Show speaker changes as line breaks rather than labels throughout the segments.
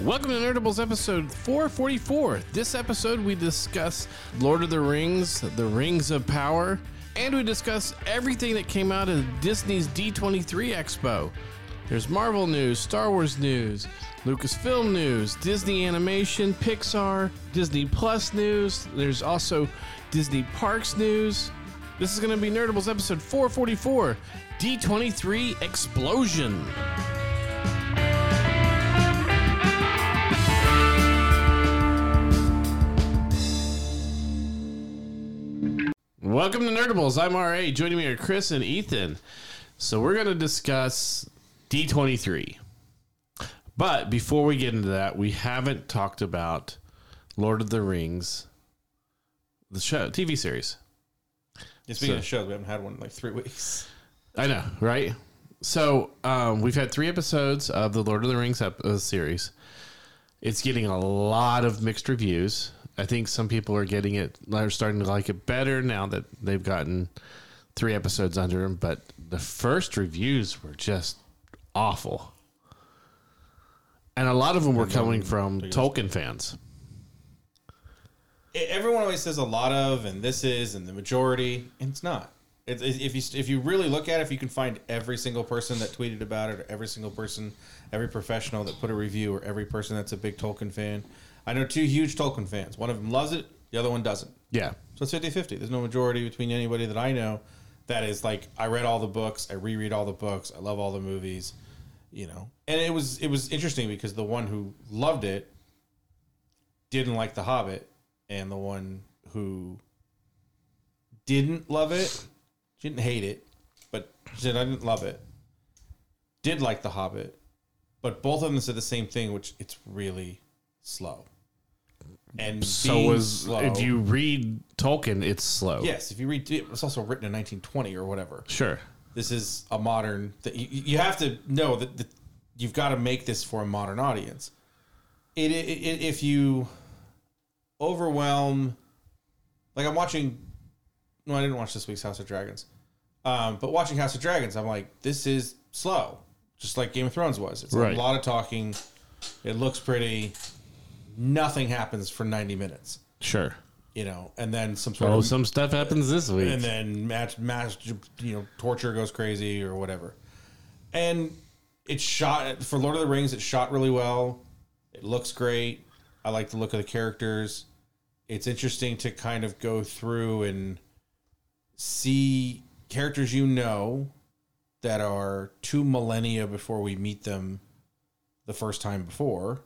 Welcome to Nerdables episode 444. This episode, we discuss Lord of the Rings, The Rings of Power, and we discuss everything that came out of Disney's D23 Expo. There's Marvel news, Star Wars news, Lucasfilm news, Disney animation, Pixar, Disney Plus news. There's also Disney Parks news. This is going to be Nerdables episode 444 D23 Explosion. Welcome to Nerdables. I'm RA. Joining me are Chris and Ethan. So we're going to discuss D23. But before we get into that, we haven't talked about Lord of the Rings, the show, TV series.
It's been
So-
a show. We haven't had one in like three weeks.
I know, right? So um, we've had three episodes of the Lord of the Rings ep- uh, series. It's getting a lot of mixed reviews. I think some people are getting it, are starting to like it better now that they've gotten three episodes under them. But the first reviews were just awful, and a lot of them were coming from Tolkien fans.
E- everyone always says a lot of, and this is, and the majority, and it's not. It's, it's- if you if you really look at it, if you can find every single person that tweeted about it, or every single person, every professional that put a review, or every person that's a big Tolkien fan. I know two huge Tolkien fans. One of them loves it, the other one doesn't.
Yeah,
So it's 50 50. There's no majority between anybody that I know that is like, I read all the books, I reread all the books, I love all the movies, you know. And it was it was interesting because the one who loved it didn't like The Hobbit, and the one who didn't love it, she didn't hate it, but she said, I didn't love it, did like The Hobbit, but both of them said the same thing, which it's really slow. And
so
being
was
slow-
if you read Tolkien, it's slow.
Yes, if you read it was also written in 1920 or whatever.
sure.
This is a modern that you, you have to know that, that you've got to make this for a modern audience. It, it, it if you overwhelm like I'm watching no I didn't watch this week's House of Dragons. Um, but watching House of Dragons I'm like this is slow just like Game of Thrones was. It's
Right.
a lot of talking. It looks pretty. Nothing happens for 90 minutes,
Sure.
you know, and then some sort
Oh,
of
some stuff happens this week.
Um, and then match mass you know torture goes crazy or whatever and it's shot for lord of the rings it's shot really well it looks great i like the look of the characters it's interesting to kind of go through and see characters you know that are two millennia before we meet them the first time before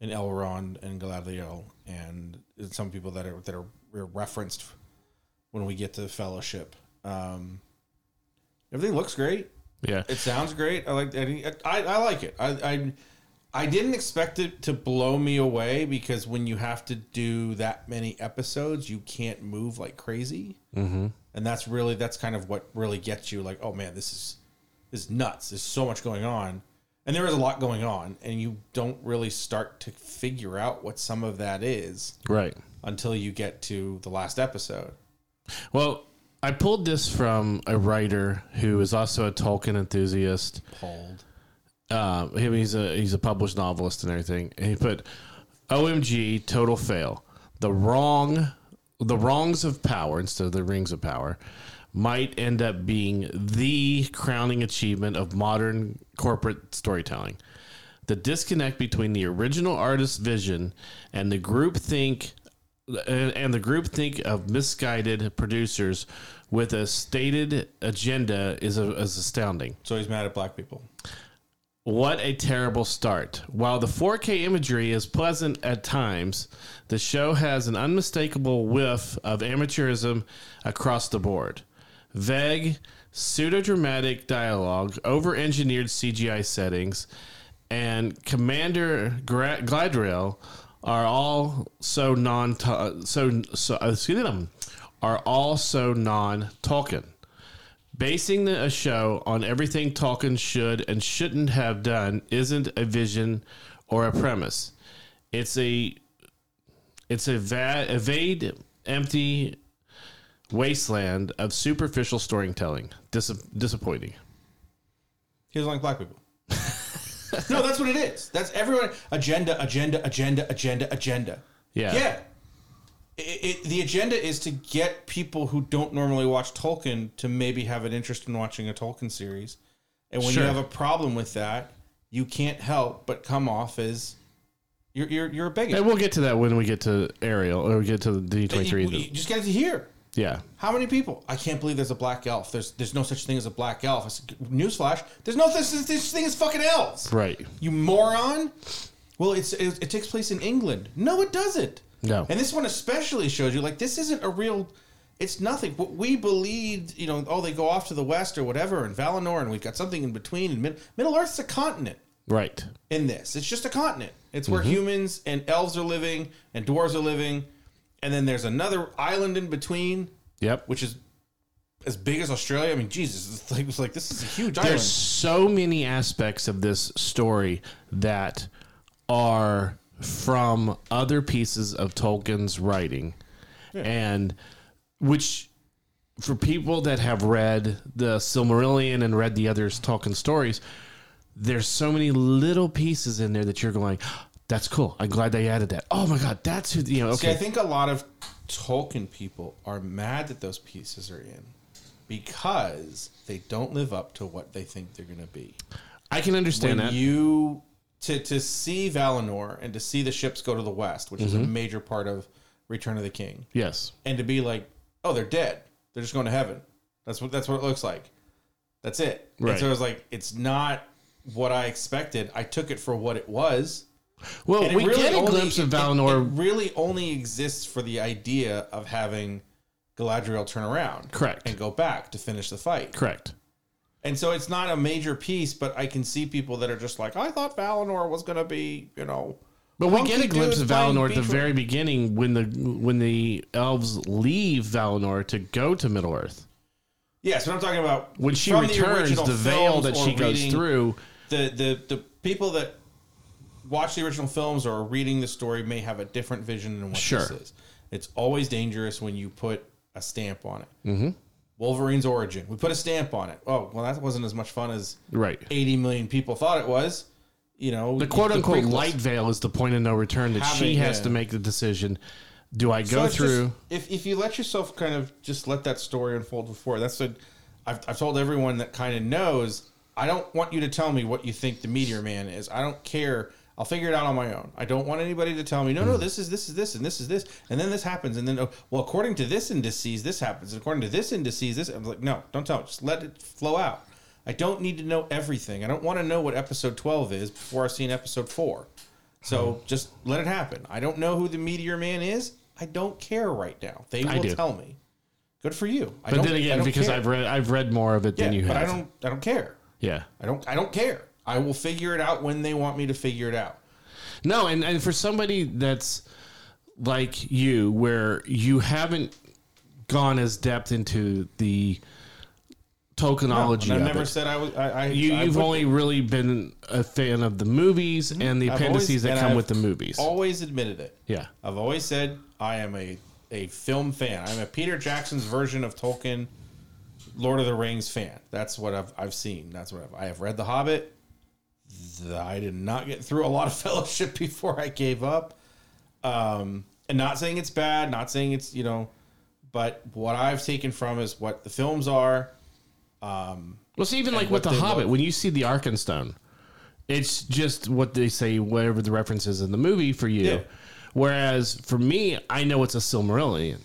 in Elrond and Galadriel and some people that are that are referenced when we get to Fellowship. Um, everything looks great.
yeah.
It sounds great. I like. I I, I like it. I, I I didn't expect it to blow me away because when you have to do that many episodes, you can't move like crazy, mm-hmm. and that's really that's kind of what really gets you. Like, oh man, this is this is nuts. There's so much going on, and there is a lot going on, and you don't really start to figure out what some of that is
Right.
until you get to the last episode.
Well, I pulled this from a writer who is also a Tolkien enthusiast.
Hold.
Uh, him, he's a he's a published novelist and everything. And he put, "OMG, total fail. The wrong, the wrongs of power instead of the rings of power." Might end up being the crowning achievement of modern corporate storytelling. The disconnect between the original artist's vision and the groupthink and, and the group think of misguided producers with a stated agenda is, is astounding.
So he's mad at black people.
What a terrible start. While the 4K imagery is pleasant at times, the show has an unmistakable whiff of amateurism across the board. Vague, pseudo dramatic dialogue, over engineered CGI settings, and Commander Gra- Gladriel are all so non so, so uh, excuse them, are all so non Tolkien. Basing the, a show on everything Tolkien should and shouldn't have done isn't a vision or a premise. It's a it's a va- a vague, empty wasteland of superficial storytelling. Dis- disappointing.
He doesn't like black people. no, that's what it is. That's everyone agenda, agenda, agenda, agenda, agenda.
Yeah.
yeah. It, it, the agenda is to get people who don't normally watch Tolkien to maybe have an interest in watching a Tolkien series, and when
Sure.
you have a problem with that, you can't help but come off as you're you're, you're a bigot.
And we'll get to that when we get to Ariel or we get to the
You- you
D23.
just get it to hear.
Yeah.
How many people? I can't believe there's a black elf. There's there's no such thing as a black elf. I said, Newsflash: There's no such this thing as fucking elves.
Right.
You moron. Well, it's it, it takes place in England. No, it doesn't.
No.
And this one especially shows you like this isn't a real. It's nothing. What we believed, you know, oh, they go off to the west or whatever, and Valinor, and we've got something in between. And Mid- Middle Earth's a continent
Right.
in this. It's just a continent. It's where humans and elves are living, and dwarves are living, and then there's another island in between
Yep.
which is as big as Australia. I mean, Jesus, it's like, it's like this is a huge island.
There's so many aspects of this story that are from other pieces of Tolkien's writing. And which for people that have read the Silmarillion and read the other Tolkien stories, there's so many little pieces in there that you're going, that's cool. I'm glad they added that. Oh my god, that's who you know,
See, I
okay.
think a lot of Tolkien people are mad that those pieces are in because they don't live up to what they think they're going to be.
I can understand
when
that.
you to to see Valinor and to see the ships go to the west, which is a
Mm-hmm.
major part of Return of the King,
yes.
and to be like, oh, they're dead. They're just going to heaven. That's what that's what it looks like. That's it.
Right.
And so I was like, it's not what I expected. I took it for what it was.
Well,
And it
we
really
get a
only-
glimpse of
it- it-
Valinor.
It, really only exists for the idea of having Galadriel turn around,
Correct.
and go back to finish the fight.
correct.
And so it's not a major piece, but I can see people that are just like, I thought Valinor was going to be, you know,
But we get a
Punky
glimpse of
dude playing
Valinor at the
Beetle-
very beginning when the when the elves leave Valinor to go to Middle Earth.
yes. But I'm talking about
When she
from
returns, the,
original
veil
films
that
or
she goes
reading-
through.
The the the people that watch the original films or are reading the story may have a different vision than what this
Sure.
is. It's always dangerous when you put a stamp on it. Mm-hmm. Wolverine's origin. We put a stamp on it. Oh, well, that wasn't as much fun as
Right.
80 million people thought it was. You know,
The quote unquote
prequels.
light veil is the point of no return that she
Having-
has
yeah.
to make the decision. Do I
So
go
it's just-
through?
if, if you let yourself kind of just let that story unfold before, that's what I've, I've told everyone that kind of knows. I don't want you to tell me what you think the Meteor Man is. I don't care. I'll figure it out on my own. I don't want anybody to tell me,
Hmm.
no, no, this is this is this and this is this, and then this happens, and then oh, well, according to this indices, this happens, and according to this indices, this. I'm like, no, don't tell. Me. Just let it flow out. I don't need to know everything. I don't want to know what episode twelve is before I've seen episode four. So just let it happen. I don't know who the Meteor Man is. I don't care right now. They
I
will
do.
tell me. Good for you. I
But
don't,
then
I
again,
don't
because
care.
I've read I've read more of it
yeah,
than you
but
have.
I don't. I don't care.
yeah.
I don't. I don't care. I will figure it out when they want me to figure it out.
No, and, and for somebody that's like you, where you haven't gone as depth into the tokenology.
And I
of
never
it.
said I was. I, I
You,
I
you've
would-
only really been a fan of the movies and the
Mm-hmm. I've
appendices
always-
that
and
come
I've
with the movies.
Always admitted it.
yeah,
I've always said I am a a film fan. I'm a Peter Jackson's version of Tolkien, Lord of the Rings fan. That's what I've I've seen. That's what I've I have read The Hobbit. Th- I did not get through a lot of Fellowship before I gave up. Um, and not saying it's bad, not saying it's you know, but what I've taken from is what the films are.
well, see, even like with
what
the
they
Hobbit,
look-
when you see the Arkenstone, it's just what they say, whatever the reference is in the movie for you.
Yeah.
Whereas for me, I know it's a Silmarillion.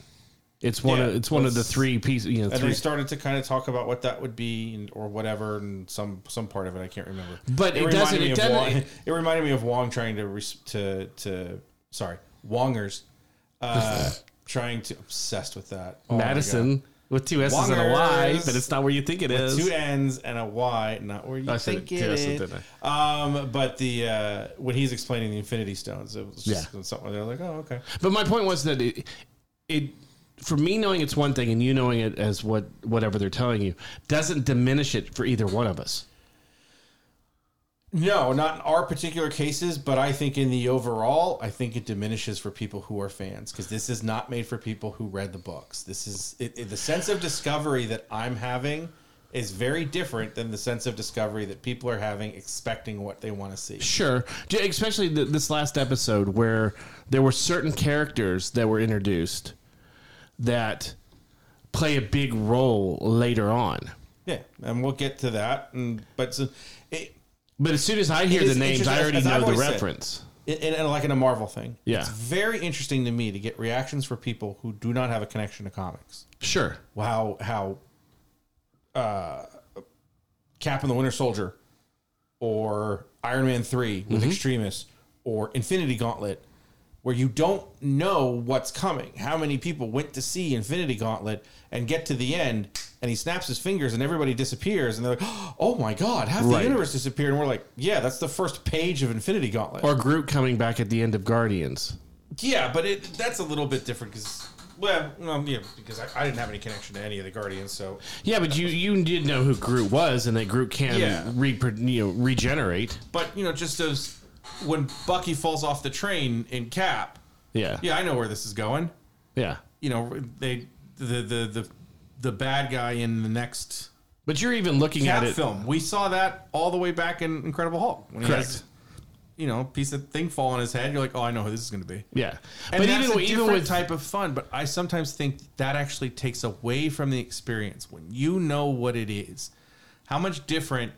It's one.
Yeah,
of, it's one of the
it's-
three pieces. You know,
And
three
they started to kind of talk about what that would be and, or whatever, and some some part of it I can't remember.
But it
reminded
doesn't-
me
it
of
doesn't-
Wong- it reminded me of Wong trying to res- to to sorry Wongers uh, trying to obsessed with that Oh my
Madison with two S's and a Y,
Wongers.
but it's not where you think it
God.
is.
two N's and a Y, not where you
I said
think
it.
it
Yeah, I said
is.
that,
Um, but the uh, when he's explaining the Infinity Stones, it was just
Yeah.
something they're like, oh okay,
But my point was that it, it, for me knowing it's one thing and you knowing it as what whatever they're telling you doesn't diminish it for either one of us.
No, not in our particular cases, but I think in the overall, I think it diminishes for people who are fans because this is not made for people who read the books. This is it, it- the sense of discovery that I'm having is very different than the sense of discovery that people are having expecting what they want to see.
Sure, J- especially th- this last episode where there were certain characters that were introduced that play a big role later on.
Yeah, and we'll get to that. And but so, it,
But as soon as I hear
It is
the names,
interesting,
I already
as I've
know the
always said.
reference.
it, and, and like in a Marvel thing,
Yeah.
it's very interesting to me to get reactions for people who do not have a connection to comics.
Sure,
How how uh, Cap and the Winter Soldier, or Iron Man three with Extremis, or Infinity Gauntlet, where you don't know what's coming. How many people went to see Infinity Gauntlet and get to the end, and he snaps his fingers and everybody disappears, and they're like, "Oh my god, half
Right.
the universe disappeared!" And we're like, "Yeah, that's the first page of Infinity Gauntlet."
or Groot coming back at the end of Guardians.
Yeah, but it that's a little bit different because well, um, yeah, because I, I didn't have any connection to any of the Guardians, so
Yeah, but you you did know who Groot was, and that Groot can
Yeah.
repro- you know, regenerate.
but you know, just those when Bucky falls off the train in Cap,
Yeah,
yeah, I know where this is going.
yeah.
You know, they the the the the bad guy in the next
But you're even looking
Cap
at it.
film. We saw that all the way back in Incredible Hulk when he
Correct.
has you know, piece of thing fall on his head. You're like, oh, I know who this is going to be.
Yeah,
And
but
that's
even
a
with- even
different
with
type of fun, but I sometimes think that actually takes away from the experience when you know what it is. How much different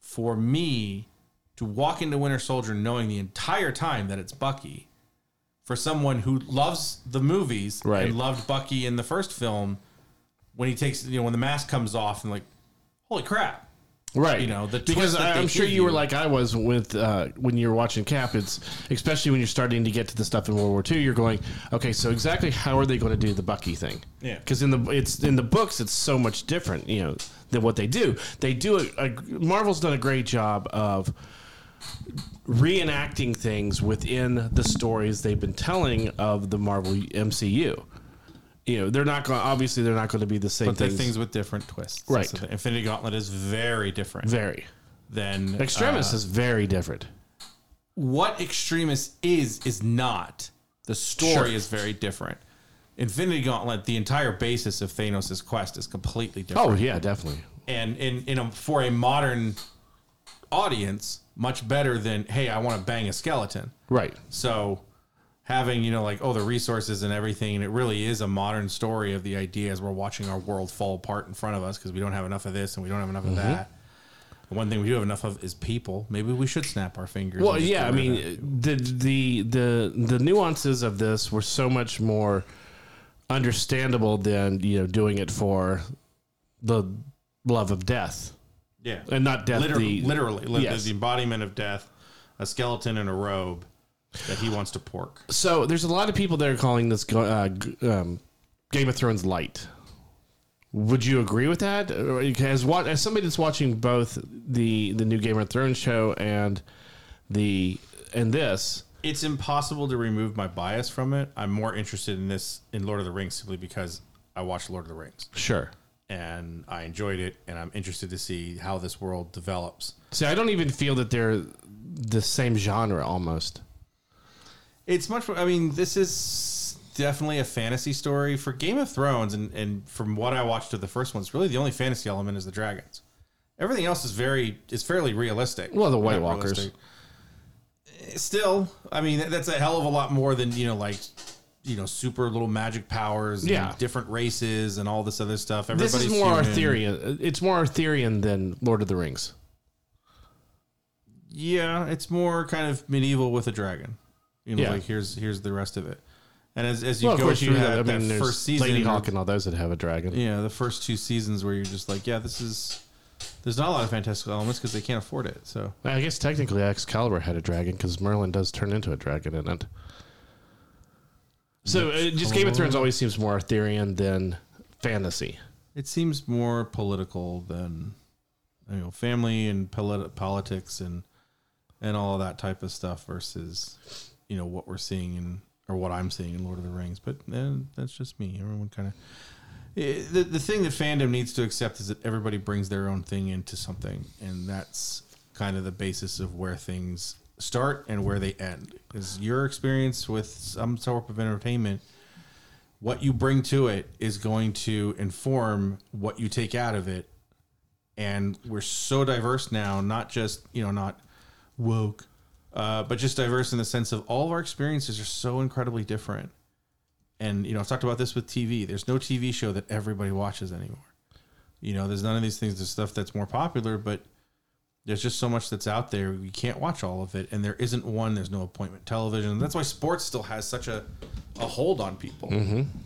for me to walk into Winter Soldier knowing the entire time that it's Bucky for someone who loves the movies
Right.
and loved Bucky in the first film when he takes you know when the mask comes off and like holy crap
right
you know, the twist
because
that
I,
they
i'm sure
give
you were
you.
like i was with uh, when you were watching cap it's especially when you're starting to get to the stuff in world war ii you're going okay so exactly how are they going to do the bucky thing
Yeah.
because in the it's in the books it's so much different you know than what they do they do a, a marvel's done a great job of reenacting things within the stories they've been telling of the marvel mcu you know they're not going obviously they're not going to be the same
but things,
things,
things with different twists
Right.
So the Infinity Gauntlet is very different
very
than uh,
extremis is very different
what extremist is is not the story
Sure.
is very different infinity gauntlet the entire basis of thanos' quest is completely different
Oh yeah, definitely.
and in, in a, for a modern audience much better than hey i want to bang a skeleton
Right.
so having you know like oh the resources and everything and it really is a modern story of the idea as we're watching our world fall apart in front of us because we don't have enough of this and we don't have enough of
Mm-hmm.
that The one thing we do have enough of is people maybe we should snap our fingers
Well,
and just
yeah.
get
I
rid of that.
mean, the the the the nuances of this were so much more understandable than you know doing it for the love of death
Yeah.
and not death.
Liter-
the,
literally, li-
Yes.
the embodiment of death, a skeleton in a robe that he wants to pork.
So there's a lot of people that are calling this go- uh, g- um, Game of Thrones light. Would you agree with that? Or, As what as somebody that's watching both the the new Game of Thrones show and the and this,
It's impossible to remove my bias from it. I'm more interested in this in Lord of the Rings simply because I watched Lord of the Rings
sure.
and I enjoyed it, and I'm interested to see how this world develops.
See, I don't even feel that they're the same genre almost.
It's much. I mean, this is definitely a fantasy story for Game of Thrones, and and from what I watched of the first one, it's really the only fantasy element is the dragons. Everything else is very is fairly realistic.
Well, the White
Not
Walkers.
realistic. Eh, Still, I mean, that- that's a hell of a lot more than you know, like you know, super little magic powers, and
Yeah.
different races, and all this other stuff.
This
Everybody's
is more
human.
Arthurian. It's more Arthurian than Lord of the Rings.
Yeah, it's more kind of medieval with a dragon. You know,
Yeah.
like here's here's the rest of it. And as, as you
Well, of
go
course,
through
you
that,
have. I
that
mean, there's
first season,
Lady
it's-
Hawk and all those that have a dragon.
Yeah, the first two seasons where you're just like, yeah, this is there's not a lot of fantastical elements because they can't afford it. So
I guess technically Excalibur had a dragon because Merlin does turn into a dragon in it. So uh, just Game of Thrones always seems more Arthurian than fantasy.
it seems more political than you know family and polit- politics and and all that type of stuff versus you know what we're seeing in or what I'm seeing in Lord of the Rings. But then that's just me. Everyone kind of. The, the thing that fandom needs to accept is that everybody brings their own thing into something, and that's kind of the basis of where things start and where they end. Is your experience with some sort of entertainment what you bring to it is going to inform what you take out of it and we're so diverse now. Not just you know not woke, uh, but just diverse in the sense of all of our experiences are so incredibly different. And you know I've talked about this with TV. There's no TV show that everybody watches anymore. You know, there's none of these things. There's stuff that's more popular, but there's just so much that's out there. You can't watch all of it, and there isn't one. There's no appointment television. That's why sports still has such a, a hold on people.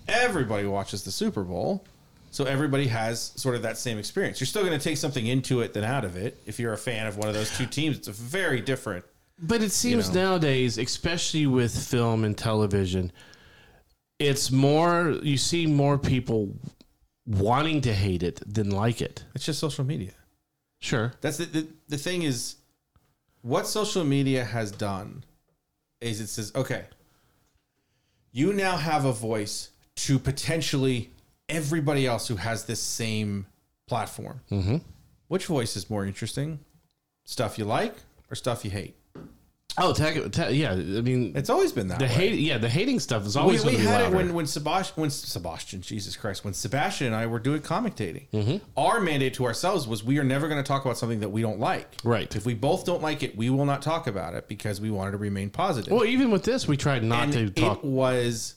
Everybody watches the Super Bowl, so everybody has sort of that same experience. You're still going to take something into it than out of it. If you're a fan of one of those two teams, it's very different.
But it seems
know.
nowadays, especially with film and television, it's more you see more people wanting to hate it than like it.
It's just social media.
Sure.
That's the, the the thing is, what social media has done is it says, okay, you now have a voice to potentially everybody else who has this same platform. Which voice is more interesting? Stuff you like or stuff you hate?
Oh, ta- ta- yeah. I mean,
It's always been that.
the
way.
hate, yeah, the hating stuff is
we,
always
we
going to be
had
louder.
it when when Sebastian, when Sebastian, Jesus Christ, when Sebastian and I were doing comic dating,
Mm-hmm.
our mandate to ourselves was we are never going to talk about something that we don't like.
Right.
If we both don't like it, we will not talk about it because we wanted to remain positive.
well, even with this, we tried not
and
to talk.
it was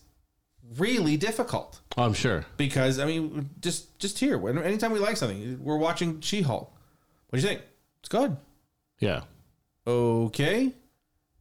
really difficult
oh, I'm sure.
because I mean, just just here, when anytime we like something, we're watching She-Hulk. What do you think? It's good
Yeah.
okay,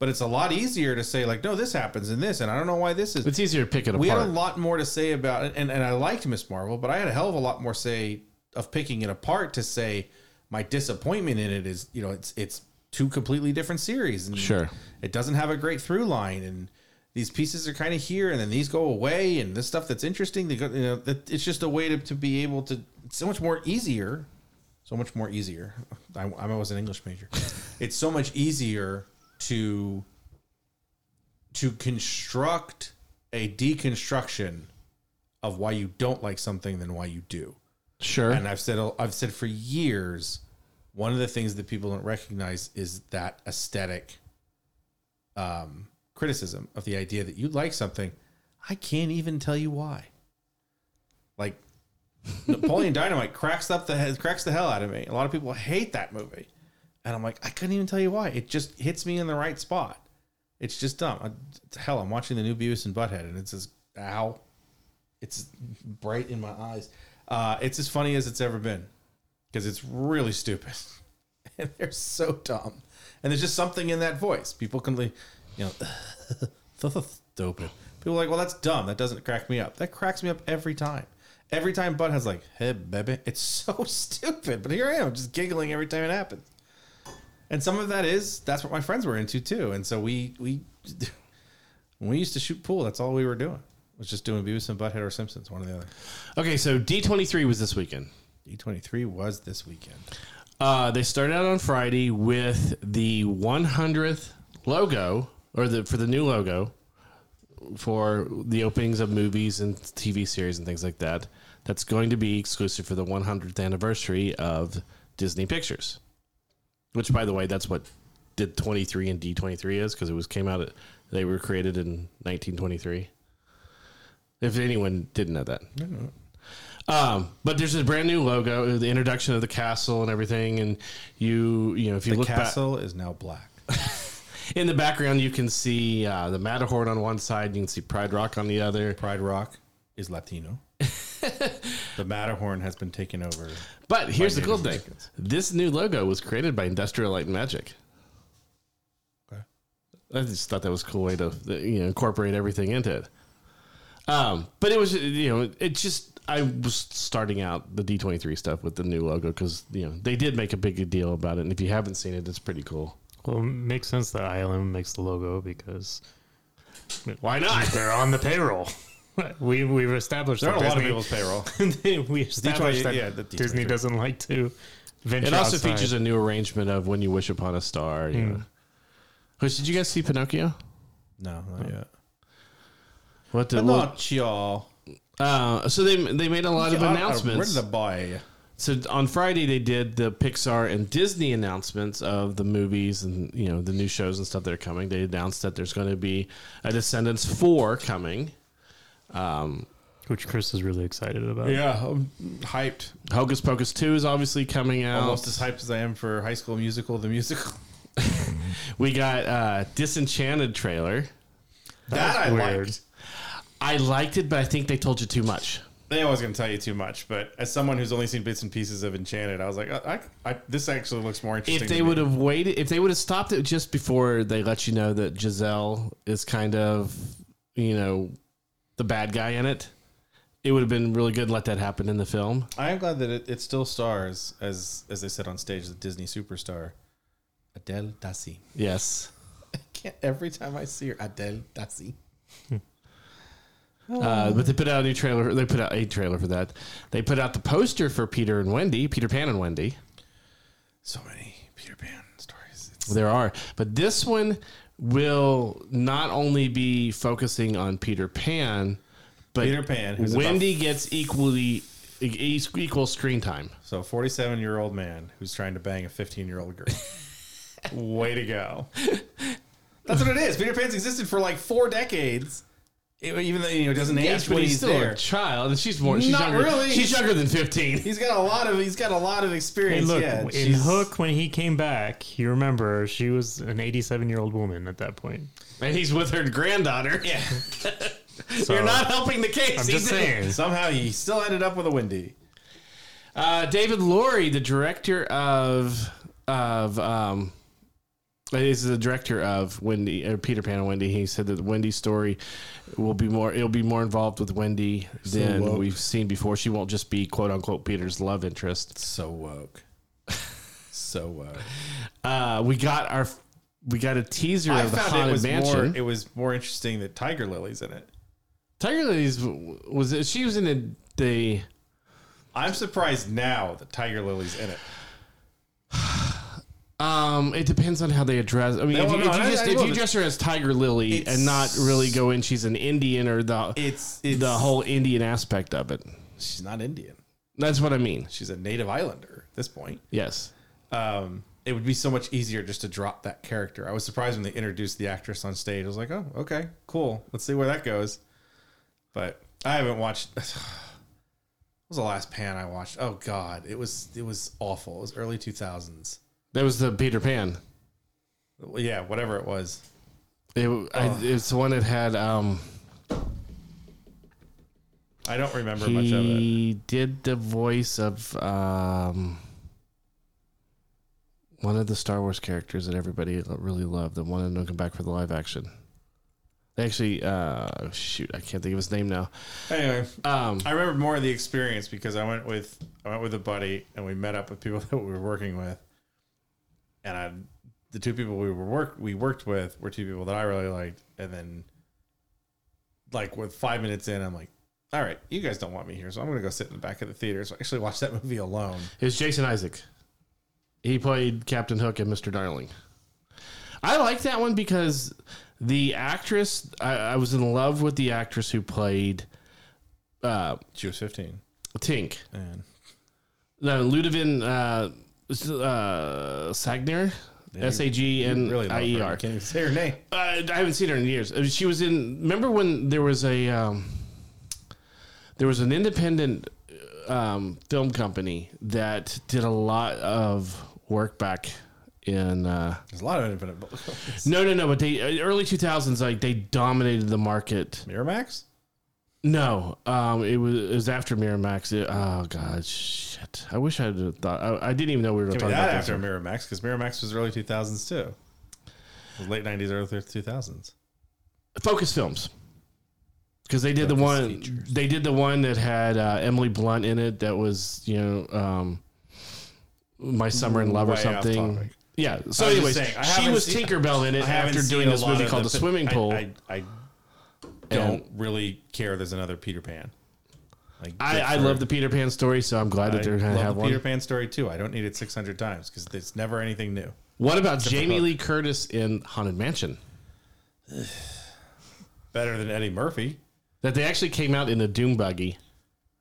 but it's a lot easier to say like, no, this happens and this, and I don't know why this is.
It's easier to pick it
we had
apart.
a lot more to say about it, and, and I liked Miss Marvel, but I had a hell of a lot more say of picking it apart to say my disappointment in it is, you know, it's it's two completely different series, and
Sure.
it doesn't have a great through line, and these pieces are kind of here, and then these go away, and this stuff that's interesting, they go, you know, that it's just a way to, to be able to it's so much more easier, so much more easier. I, I was an English major. it's so much easier to to construct a deconstruction of why you don't like something than why you do.
sure.
And I've said I've said for years, one of the things that people don't recognize is that aesthetic um, criticism of the idea that you like something. I can't even tell you why. Like Napoleon Dynamite cracks up the he- cracks the hell out of me. A lot of people hate that movie, and I'm like, I couldn't even tell you why. It just hits me in the right spot. It's just dumb. I, hell, I'm watching the new Beavis and Butthead, and it's as ow, it's bright in my eyes. Uh, it's as funny as it's ever been because it's really stupid, and they're so dumb. And there's just something in that voice. People can, like, you know, stupid. People are like, well, that's dumb. That doesn't crack me up. That cracks me up every time. Every time Butthead's like, hey, baby, it's so stupid. But here I am, just giggling every time it happens. And some of that is that's what my friends were into too. And so we we when we used to shoot pool, that's all we were doing. Was just doing Beavis and Butthead or Simpsons, one or the other.
okay, so D23 was this weekend.
D twenty three was this weekend.
Uh, they started out on Friday with the 100th logo, or the for the new logo for the openings of movies and TV series and things like that. That's going to be exclusive for the 100th anniversary of Disney Pictures. Which, by the way, that's what did 23 and D23 is because it was came out. At, they were created in 1923. If anyone didn't know that, um, but there's a brand new logo, uh, the introduction of the castle and everything, and you you know if you
The
look back
castle is now black.
in the background, you can see uh, the Matterhorn on one side, you can see Pride Rock on the other.
Pride Rock is Latino. the Matterhorn has been taken over.
But here's the cool
Native
thing:
Americans.
this new logo was created by Industrial Light and Magic.
Okay.
I just thought that was a cool way to you know incorporate everything into it. Um, but it was you know it just I was starting out the D twenty three stuff with the new logo because you know they did make a big deal about it, and if you haven't seen it, it's pretty cool.
Well, it makes sense that ILM makes the logo because
Why not?
they're on the payroll. we we've established
There are
that
a lot of
Disney-
people's payroll.
we established that
yeah, the D23.
Disney doesn't like to venture.
It also
outside.
features a new arrangement of "When You Wish Upon a Star." You know. Which did you guys see Pinocchio?
No, not yet.
What did what-
Pinocchio.
uh, so they they made a lot of
Uh, uh,
announcements.
Where's the boy?
so on Friday they did the Pixar and Disney announcements of the movies and you know the new shows and stuff that are coming. They announced that there's going to be a Descendants four coming. Um,
which Chris is really excited about.
Yeah, I'm hyped.
Hocus Pocus 2 is obviously coming out.
Almost as hyped as I am for High School Musical, the musical.
We got uh, Disenchanted trailer.
That, I
weird.
liked.
I liked it, but I think they told you too much.
They always going to tell you too much, but as someone who's only seen bits and pieces of Enchanted, I was like, I, I, I, this actually looks more interesting.
If
to
they
me.
would have waited, if they would have stopped it just before they let you know that Giselle is kind of, you know, the bad guy in it, it would have been really good. to Let that happen in the film.
I am glad that it, it still stars, as as they said on stage, the Disney superstar Adele Dassey.
Yes.
I can't every time I see her, Adele Dassey.
Uh,
Oh.
but they put out a new trailer. They put out a trailer for that. They put out the poster for Peter and Wendy, Peter Pan and Wendy.
So many Peter Pan stories. It's,
There are, but this one will not only be focusing on Peter Pan, but
Peter Pan, who's
Wendy gets equally e- equal screen time.
so forty-seven year old man who's trying to bang a fifteen year old girl. Way to go! That's what it is. Peter Pan's existed for like four decades. It- even though you know it doesn't
Yes,
age
but
when
he's
he's
still
there.
a child, and she's more. She's
Not
younger,
really.
She's younger than fifteen.
He's got a lot of he's got a lot of
Hey,
experience.
look,
yeah,
in
she's-
Hook, when he came back, you remember she was an 87 year old woman at that point.
And he's with her granddaughter. Yeah,
So,
you're not helping the case.
I'm just
either.
saying.
Somehow he still ended up with a Wendy.
Uh, David Laurie, the director of of um, is the director of Wendy or Peter Pan and Wendy. He said that the Wendy story will be more it'll be more involved with Wendy than
woke.
we've seen before. She won't just be quote unquote Peter's love interest.
So woke. So woke.
Uh, we got our we got a teaser
I
of the
found it
haunted
was
mansion.
more it was more interesting that Tiger Lily's in it.
Tiger Lily's w- was it, she was in the, the
I'm surprised now that Tiger Lily's in it.
um. It depends on how they address. I mean,
No,
if you,
no,
if you
I-
just
I
if
love
you
it.
dress her as Tiger Lily
It's-
and not really go in, she's an Indian or the
It's it's
the whole Indian aspect of it.
she's not Indian.
That's what I mean.
She's a native islander at this point.
Yes.
Um it would be so much easier just to drop that character. I was surprised when they introduced the actress on stage. I was like, "Oh, okay, cool. Let's see where that goes." But I haven't watched. What was the last Pan I watched? Oh God, it was it was awful. It was early two thousands.
That was the Peter Pan.
Yeah, whatever it was.
It, w I
Oh.
it's the one that had um
I don't remember much of it.
he did the voice of um one of the Star Wars characters that everybody lo- really loved and wanted to come back for the live action. They Actually, uh, shoot, I can't think of his name now.
Anyway,
Um,
I remember more of the experience because I went with I went with a buddy and we met up with people that we were working with, and I the two people we were work we worked with were two people that I really liked, and then like with five minutes in, I'm like, all right, you guys don't want me here, so I'm gonna go sit in the back of the theater. So I actually watched that movie alone.
it was Jason Isaac. He played Captain Hook and Mr. Darling. I like that one because the actress, I, I was in love with the actress who played uh,
She was 15,
Tink.
and
No, Ludovin uh, s- uh, Sagner, S A G N
really
I E
love her.
R.
I Can't even say her name.
Uh, I haven't seen her in years. Uh, She was in. Remember when there was a um, there was an independent um, film company that did a lot of work back in. Uh,
There's a lot of independent.
no, no, no. But they uh, early two thousands, like they dominated the market.
Miramax.
No, um, it was it was after Miramax. It, oh god, shit! I wish I had thought. I, I didn't even know we were
Give
talking
me
about
that
this.
after Miramax because Miramax was early 2000s too. It was late 90s, early 2000s.
Focus Films. Because they did the one, they did the one that had uh, Emily Blunt in it. That was you know, um, my summer in love or
Way off
something.
topic.
Yeah. So,
I was just
anyways,
saying, I
she
haven't
was
seen-
Tinkerbell in it
I haven't
after
seen
doing
a
this
lot
movie
of
called The,
fi-
Swimming
I-
Pool.
I, I, don't
And-
really care. There's another Peter Pan. Like,
I,
good
I
for-
love the Peter Pan story, so I'm glad that
I
they're gonna
love
have
the
one.
Peter Pan story too. I don't need it 600 times because there's never anything new.
What about Jamie
Hook.
Lee Curtis in Haunted Mansion?
Better than Eddie Murphy.
That they actually came out in a Doom buggy.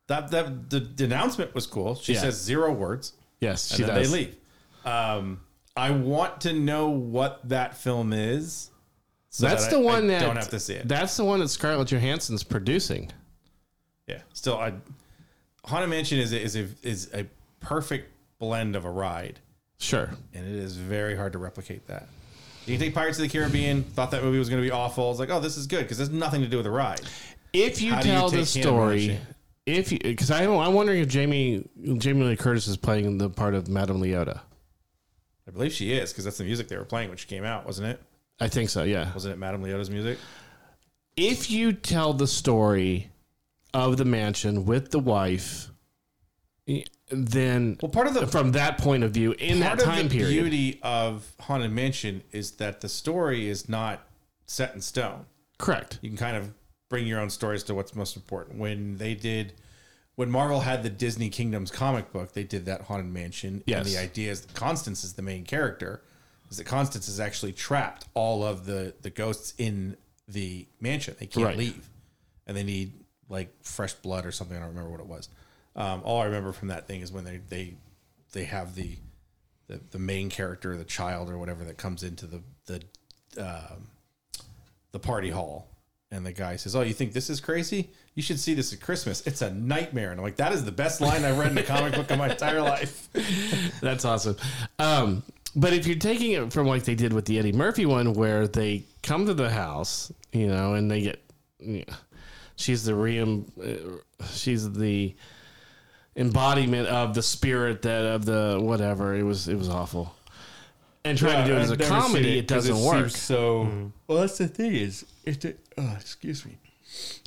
That that the, the announcement was cool. She
Yeah.
says zero words
Yes,
and
she
then
does.
they leave. Um, I want to know what that film is. so
That's
that
the
I-
one
I
that
don't have to see it.
That's the one that Scarlett Johansson's producing.
Yeah. Still, I Haunted Mansion is a, is a is a perfect blend of a ride,
Sure.
and it is very hard to replicate that. You can take Pirates of the Caribbean. Thought that movie was going to be awful. It's like, oh, this is good because there's nothing to do with a ride.
If you
How do you
tell
take
the
hand
story,
washing?
if you because I'm I'm wondering if Jamie Jamie Lee Curtis is playing the part of Madame Leota.
I believe she is because that's the music they were playing when she came out, wasn't it?
I think so. Yeah.
Wasn't it Madame Leota's music?
If you tell the story of the mansion with the wife, y- then
Well, part of the
from that point of view in that
part of
time
the
period,
beauty of Haunted Mansion is that the story is not set in stone.
correct.
you can kind of bring your own stories to what's most important. When they did, when Marvel had the Disney Kingdoms comic book, they did that Haunted Mansion.
Yes.
And the idea is that Constance is the main character, is that Constance is actually trapped all of the, the ghosts in the mansion. They can't
Right.
leave. And they need like fresh blood or something. I don't remember what it was. Um, all I remember from that thing is when they, they, they have the, the, the main character, the child or whatever that comes into the, the, um, the party hall. And the guy says, Oh, you think this is crazy? You should see this at Christmas. It's a nightmare. And I'm like, That is the best line I've read in a comic book in my entire life.
That's awesome. Um, but if you're taking it from like they did with the Eddie Murphy one, where they come to the house, you know, and they get, yeah, she's the reem, uh, she's the embodiment of the spirit that of the whatever. It was it was awful. And trying to do it as a
I've never seen
comedy, it,
'cause
doesn't
seems
work.
So, well, that's the thing is, it's a, oh, excuse me.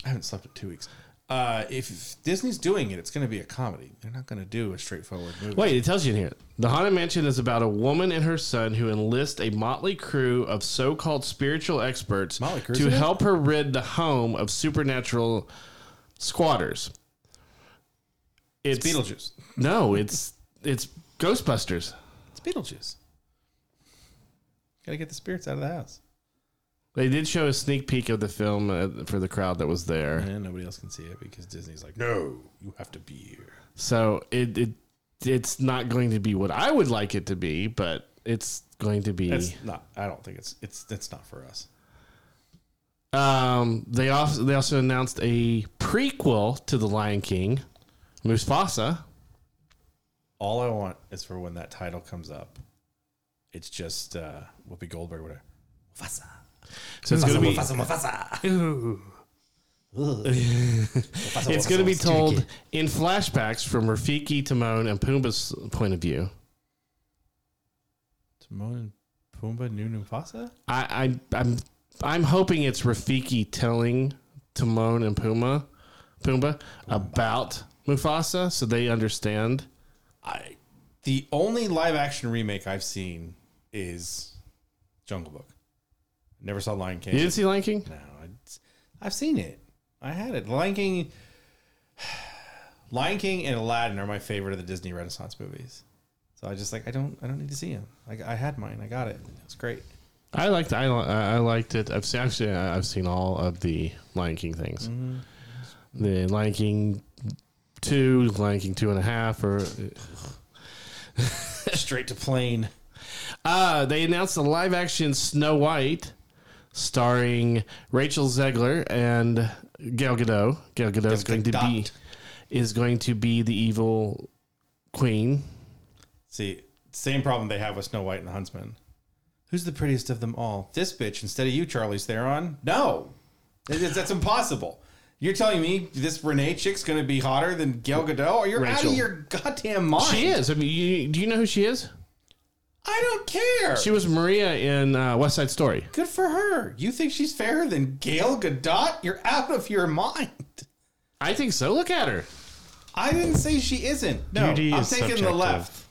I haven't slept in two weeks. Uh, if Disney's doing it, it's going to be a comedy. They're not going to do a straightforward movie.
Wait, it tells you in here. The Haunted Mansion is about a woman and her son who enlist a motley crew of so-called spiritual experts
Motley Crue's
to
in it?
help her rid the home of supernatural squatters. It's,
It's Beetlejuice.
no, it's it's Ghostbusters.
It's Beetlejuice. Got to get the spirits out of the house.
They did show a sneak peek of the film uh, for the crowd that was there.
And Eh, nobody else can see it because Disney's like, No, you have to be here.
So it, it it's not going to be what I would like it to be, but it's going to be
It's not. I don't think it's it's that's not for us.
Um, they also they also announced a prequel to The Lion King, Mufasa.
All I want is for when that title comes up. It's just uh, Whoopi Goldberg, whatever. Mufasa,
So it's gonna be
Mufasa, Mufasa.
Ooh.
it's gonna be told in flashbacks from Rafiki, Timon, and Pumbaa's point of view.
Timon and Pumbaa, new Mufasa.
I, I I'm I'm hoping it's Rafiki telling Timon and Puma, Pumbaa about Mufasa, so they understand.
I. The only live action remake I've seen is Jungle Book. Never saw Lion King.
You didn't see Lion King?
No, it's, I've seen it. I had it. Lion King, Lion King, and Aladdin are my favorite of the Disney Renaissance movies. So I just like I don't I don't need to see them. Like I had mine. I got it. It's great.
I liked I li- I I liked it. I've seen, actually I- I've seen all of the Lion King things. The Lion King two, Lion King two and a half, uh, or
Straight to plane.
uh, they announced a live action Snow White starring Rachel Zegler and Gal Gadot. Gal Gadot is going to be
Gadot.
is going to be the evil queen.
See, same problem they have with Snow White and the Huntsman. Who's the prettiest of them all? This bitch instead of you, Charlie's Theron. No, That is- that's impossible. You're telling me this Renee chick's going to be hotter than Gail Gadot? Or you're out
Rachel.
of your goddamn mind.
She is. I mean, you, do you know who she is?
I don't care.
She was Maria in uh, West Side Story.
Good for her. You think she's fairer than Gail Gadot? You're out of your mind.
I think so. Look at her.
I didn't say she isn't. No,
Beauty
I'm
is
taking the
subjective.
left.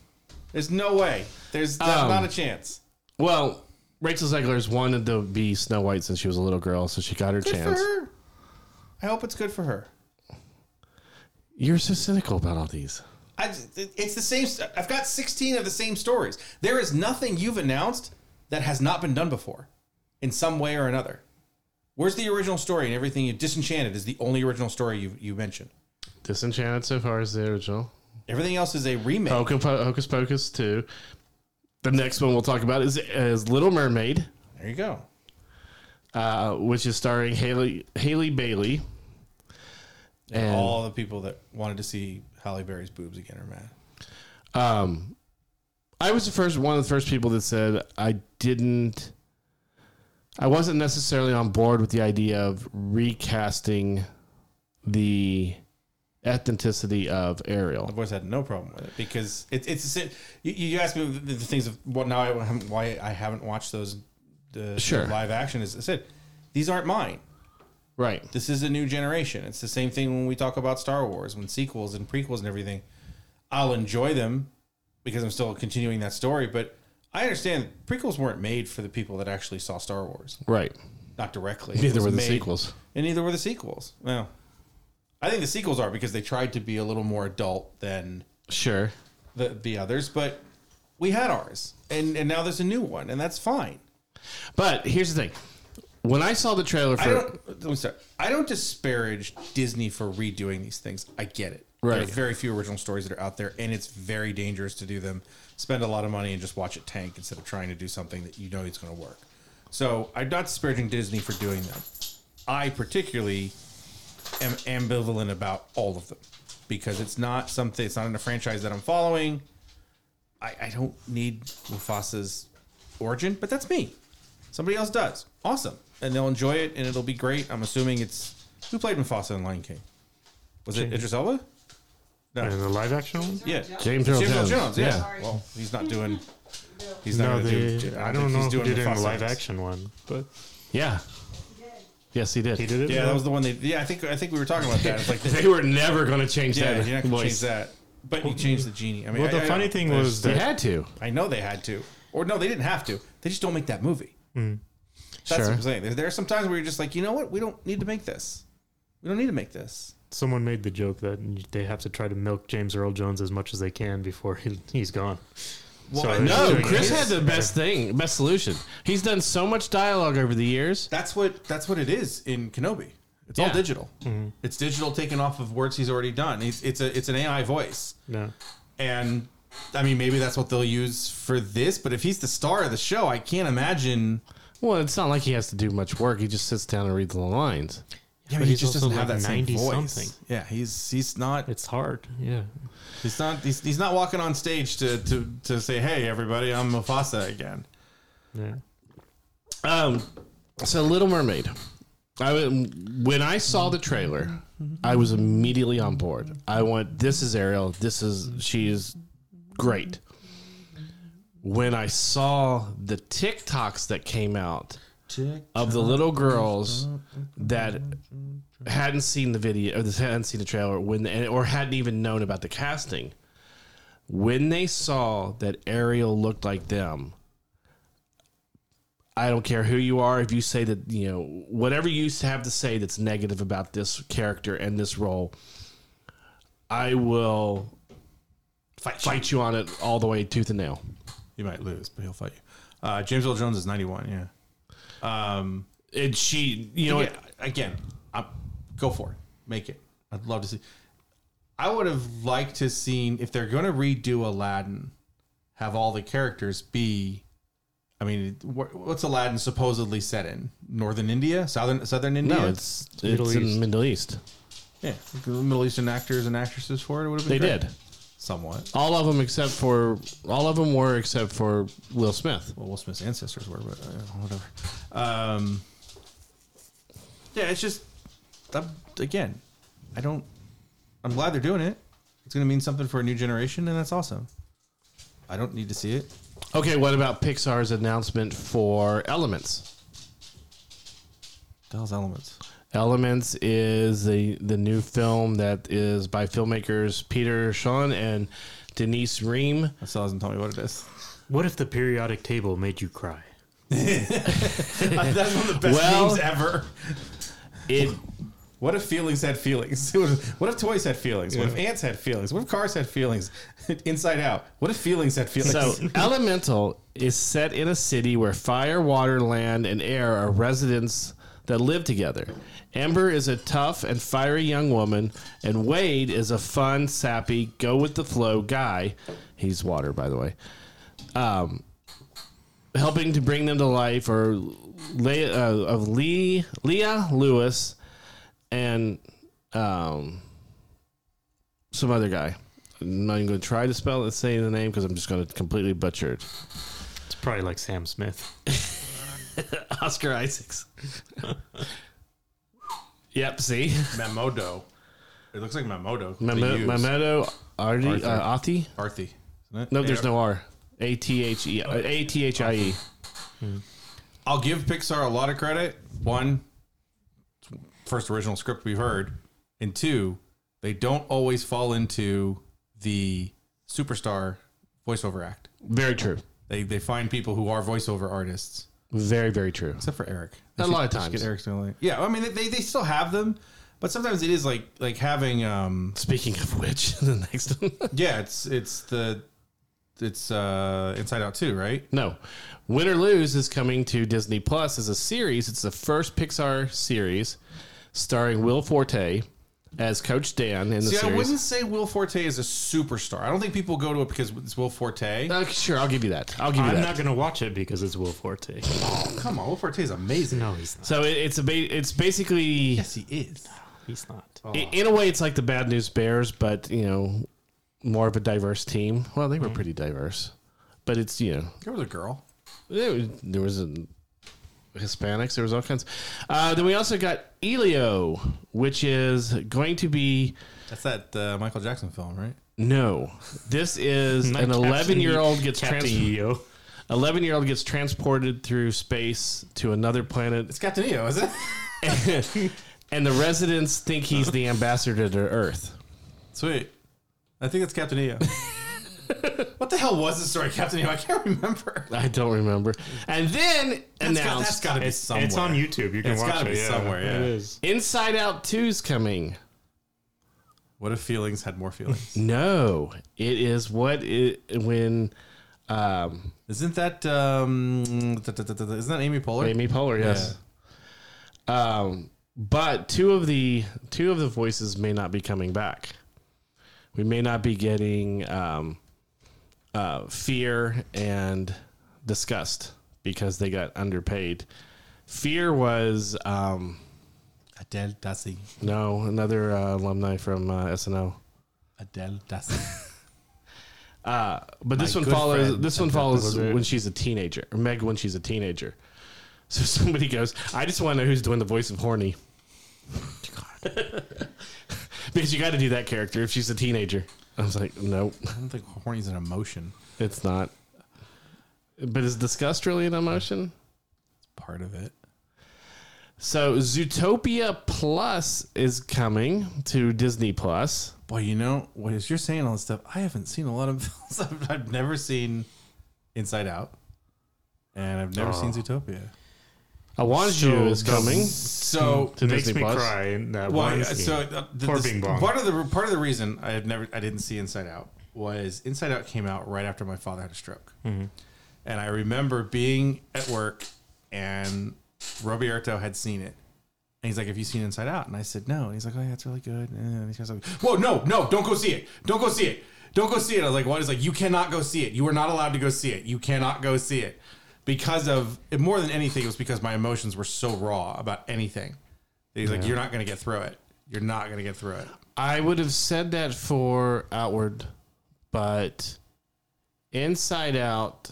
There's no way. There's not-
Um,
not a chance.
Well, Rachel Zegler's wanted to be Snow White since she was a little girl, so she got her
Good
chance.
for her. I hope it's good for her.
You're so cynical about all these.
I, it's the same. st- I've got 16 of the same stories. There is nothing you've announced that has not been done before, in some way or another. Where's the original story and everything? You Disenchanted is the only original story you you mentioned.
Disenchanted so far is the original.
Everything else is a remake.
Hocus, Po- Hocus Pocus 2. The next one we'll talk about is, is Little Mermaid,
There you go.
uh, which is starring Haley, Haley Bailey.
And
And-
all the people that wanted to see Halle Berry's boobs again are mad.
Um, I was the first one of the first people that said I didn't. I wasn't necessarily on board with the idea of recasting the ethnicity of Ariel.
I've always had no problem with it because it, it's it's- it, you, you asked me the, the things of what now I haven't, why I haven't watched those the
Sure.
live action is I said these aren't mine.
Right.
This is a new generation. It's the same thing when we talk about Star Wars, when sequels and prequels and everything. I'll enjoy them because I'm still continuing that story, but I understand prequels weren't made for the people that actually saw Star Wars,
Right.
not directly. It
Neither
was
were the
made-
sequels.
and neither were the sequels. Well, I think the sequels are because they tried to be a little more adult than
Sure.
the, the others, but we had ours, and and now there's a new one, and that's fine.
But here's the thing. When I saw the trailer
I
for
don't. Let me start. I don't disparage Disney for redoing these things. I get it. There are
Right.
very few original stories that are out there, and it's very dangerous to do them. Spend a lot of money and just watch it tank instead of trying to do something that you know is going to work. So I'm not disparaging Disney for doing them. I particularly am ambivalent about all of them because it's not something. It's not in a franchise that I'm following. I, I don't need Mufasa's origin, but that's me. Somebody else does. Awesome. And they'll enjoy it and it'll be great. I'm assuming it's who played Mufasa in Lion King? Was it Idris Elba?
And the live action one?
Yeah.
James Earl
James Earl
Jones.
Jones, yeah.
yeah.
Well, he's not doing he's
No,
not gonna
they,
do
I don't know
he's
who did it in the
Mufasa.
live action one, but
Yeah. Yes, he did.
he did it.
Yeah, that was the one they yeah, I think I think we were talking about that. It's like
They were never going to change
yeah,
that
you're not gonna
voice.
change that. But you changed the genie. I mean,
Well, the
I- I
funny
don't-
thing
there's-
was
They
that
had to.
I know they had to, or no, they didn't have to. They just don't make that movie.
Hmm.
That's
Sure.
what I'm saying. There, there are some times where you're just like, you know what? We don't need to make this. We don't need to make this.
someone made the joke that they have to try to milk James Earl Jones as much as they can before he, he's gone.
Well,
So
I
they're
know
No,
doing
Oh, Chris
it.
had the best thing, best solution. He's done so much dialogue over the years.
That's what that's what it is in Kenobi. It's all
Yeah.
digital.
Mm-hmm.
It's digital taken off of words he's already done. It's, it's a it's an AI voice,
No.
and I mean maybe that's what they'll use for this. But if he's the star of the show, I can't imagine.
Well, it's not like he has to do much work. He just sits down and reads the lines.
Yeah,
but he's also like 90 something.
Yeah, he's he's not
It's hard. Yeah.
He's not. He's, he's not walking on stage to, to to say, "Hey, everybody, I'm Mufasa again."
Yeah.
Um, so Little Mermaid. I w- when I saw the trailer, I was immediately on board. I went, "This is Ariel. This is she is great." When I saw the TikToks that came out of the little girls that hadn't seen the video or that hadn't seen the trailer when or hadn't even known about the casting, when they saw that Ariel looked like them, I don't care who you are. If you say that, you know, whatever you have to say that's negative about this character and this role, I will fight, fight you on it all the way tooth and nail.
You might lose, but he'll fight you. Uh, James Earl Jones is 91. Yeah. Um.
And she, you know,
yeah, Again, i go for it. Make it. I'd love to see. I would have liked to seen if they're going to redo Aladdin, have all the characters be. I mean, wh- what's Aladdin supposedly set in? Northern India, southern southern India.
no, it's it's
Middle
in
East.
Middle East.
yeah, Middle Eastern actors and actresses for it. Would have
They
been great.
did
somewhat.
all of them except for all of them were except for Will Smith.
well, Will Smith's ancestors were, but uh, whatever. Um, yeah, it's just I'm, again, I don't. I'm glad they're doing it. It's going to mean something for a new generation, and that's awesome. I don't need to see it.
Okay, what about Pixar's announcement for Elements?
The hell's elements?
Elements is the the new film that is by filmmakers Peter Sean and Denise Rehm.
That still doesn't tell me what it is.
What if the periodic table made you cry?
that's one of the best
Well-
names ever.
It
What if feelings had feelings? What if toys had feelings? What if ants had feelings? What if cars had feelings? Inside out. What if feelings had feelings?
so Elemental is set in a city where fire, water, land, and air are residents that live together. Ember is a tough and fiery young woman, and Wade is a fun, sappy, go with the flow guy. He's water, by the way. helping to bring them to life are Le- uh, of Lee, Leah Lewis and um, some other guy. I'm not even going to try to spell and say the name because I'm just going to completely butcher it.
It's probably like Sam Smith.
Oscar Isaacs. yep. See,
Mamodo. It looks like Mamodo.
Memo- Mamoto Ardi
Arthur.
uh, Athi.
Arthi. isn't it?
No, there's no R. A T H E A T H I E.
I'll give Pixar a lot of credit. One, it's first original script we've heard, and two, they don't always fall into the superstar voiceover act.
Very true.
They they find people who are voiceover artists,
Very very true.
except for Eric.
A lot of
They should get
times.
Eric's the only- Yeah, I mean they they still have them, but sometimes it is like like having um
Speaking of which, the next one.
yeah it's it's the it's uh Inside Out too right?
No. Win or Lose is coming to Disney Plus as a series. It's the first Pixar series starring Will Forte as Coach Dan in the
See, I
series.
wouldn't say Will Forte is a superstar. I don't think people go to it because it's Will Forte.
Uh, sure, I'll give you that. I'll give you
I'm
that.
not going to watch it because it's Will Forte.
Come on, Will Forte is amazing.
No, he's not.
so it, it's a ba- it's basically
Yes, he is.
He's not.
i- in a way it's like the Bad News Bears, but you know more of a diverse team. Well, they were
Mm-hmm.
pretty diverse, but it's you know
There was a girl.
there was, there was a Hispanics. There was all kinds. Uh, then we also got Elio, which is going to be
That's that uh, Michael Jackson film, right?
No, this is
Not
an
Captain-
eleven-year-old gets
Captain
trans-
EO.
eleven-year-old gets transported through space to another planet,
It's Captain EO, is it?
and the residents think he's the ambassador to Earth.
Sweet. I think it's Captain E EO. what the hell was the story, Captain EO? I can't remember.
I don't remember. And then
got, that's
announced
got to be
It's,
somewhere.
it's on YouTube. You can
It's
watch
gotta
it.
be
yeah.
somewhere, yeah.
It is.
Inside Out 2's coming.
What if feelings had more feelings?
No, it is what it when um,
isn't that um? th- th- th- th- Isn't that Amy Poehler?
Amy Poehler, yes. Um, but two of the two of the voices may not be coming back. We may not be getting um, uh, fear and disgust because they got underpaid. Fear was um,
Adele Dassey.
no another uh, alumni from uh, SNL.
Adele Dassey.
Uh, but this
My
one
good
follows.
friend.
This one follows
was it.
when she's a teenager, or Meg when she's a teenager. So somebody goes, "I just want to know who's doing the voice of horny," because you got to do that character if she's a teenager. I was like, "Nope,
I don't think horny's an emotion.
it's not." But is disgust really an emotion?
It's part of it.
So Zootopia Plus is coming to Disney Plus.
Boy, you know, what as you're saying all this stuff, I haven't seen a lot of films. I've, I've never seen Inside Out, and I've never seen Zootopia.
I want you
So
is
the-
coming
So,
to
Hmm. Makes
Disney
me
Plus.
cry. in That
well,
one
yeah,
scene.
so uh, the,
Poor
the-
Bing Bong.
part of the part of the reason I have never I didn't see Inside Out was Inside Out came out right after my father had a stroke,
Mm-hmm.
and I remember being at work and Roberto had seen it. And he's like, "Have you seen Inside Out?" And I said, "No." And he's like, "Oh, yeah, it's really good." And he's like, "Whoa, no, no, don't go see it. Don't go see it. Don't go see it." I was like, "What?" He's like, "You cannot go see it. You are not allowed to go see it. You cannot go see it." Because of more than anything, it was because my emotions were so raw about anything. He's like, "You're not going to get through it. You're not going to get through it."
I would have said that for Outward, but Inside Out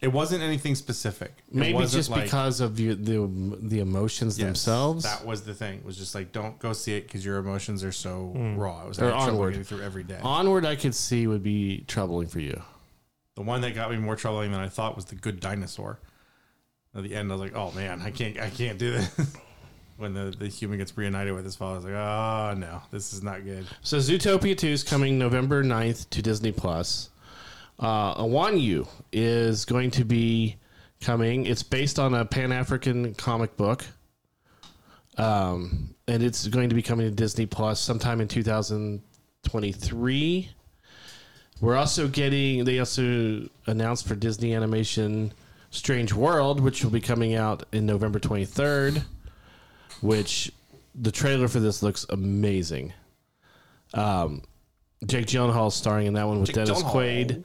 It wasn't anything specific. It
maybe
wasn't
just
like-
because of you, the the emotions
Yes,
themselves.
That was the thing. Was just like, don't go see it because your emotions are so raw. It was
Or
like trouble
Hmm. onward.
getting through every day.
Onward, I could see would be troubling for you.
The one that got me more troubling than I thought was the Good Dinosaur. At the end, I was like, "Oh man, I can't, I can't do this." when the, the human gets reunited with his father, I was like, "Oh no, this is not good."
So Zootopia 2 is coming November 9th to Disney Plus. Uh, Awanyu is going to be coming. It's based on a Pan African comic book. Um, and it's going to be coming to Disney Plus sometime in 2023. We're also getting, they also announced for Disney Animation Strange World, which will be coming out in November 23rd, which the trailer for this looks amazing. Um, Jake Gyllenhaal starring in that one with
Jake
Dennis Quaid.
Gyllenhaal.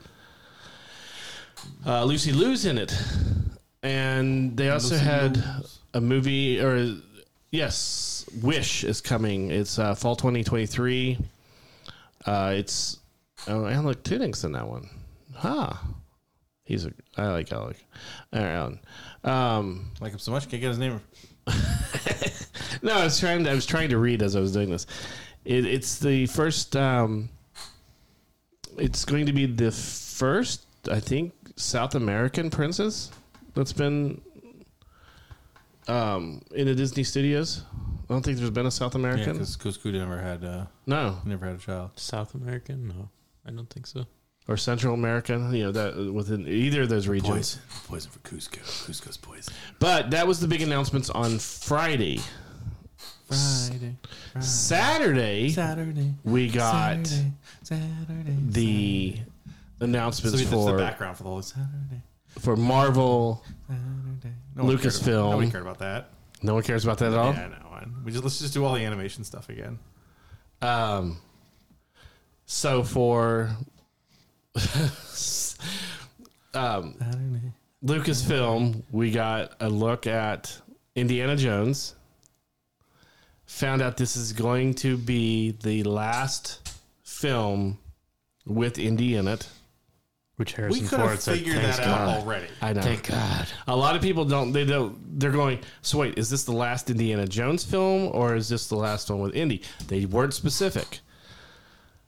Uh, Lucy Liu's in it, and they also had a movie or Yes, Wish is coming. It's uh, fall 2023. Uh, it's oh, Alec Tudyk's in that one. Huh. He's a I like Alec. All right, Alan. Um,
Like him so much, can't get his name.
no, I was trying. To, I was trying to read as I was doing this. It, it's the first. Um, it's going to be the first, I think, South American princess that's been um, in the Disney studios. I don't think there's been a South
Yeah,
American.
because Cusco never had uh,
no,
never had a child.
South American? No, I don't think so.
or Central American. You know that within either of those regions.
poison for Cusco. Cusco's poison.
But that was the big announcements on Friday.
Friday,
Saturday,
Saturday,
we got
Saturday.
the
So
announcements
that's
for
the background for the whole Saturday.
for Marvel.
Saturday. No one cared about-
Lucasfilm.
Nobody cared about that.
No one cares about that at all.
Yeah, no one. We just let's just do all the animation stuff again.
Um, so for um,
Saturday.
Lucasfilm, we got a look at Indiana Jones. Found out this is going to be the last film with Indy in it.
Which
We
Harrison
could have
Ford said,
figured
"Thanks
that out
God."
already.
I know.
God.
A lot of people don't. They don't. They're going. So wait, is this the last Indiana Jones film, or is this the last one with Indy? They weren't specific.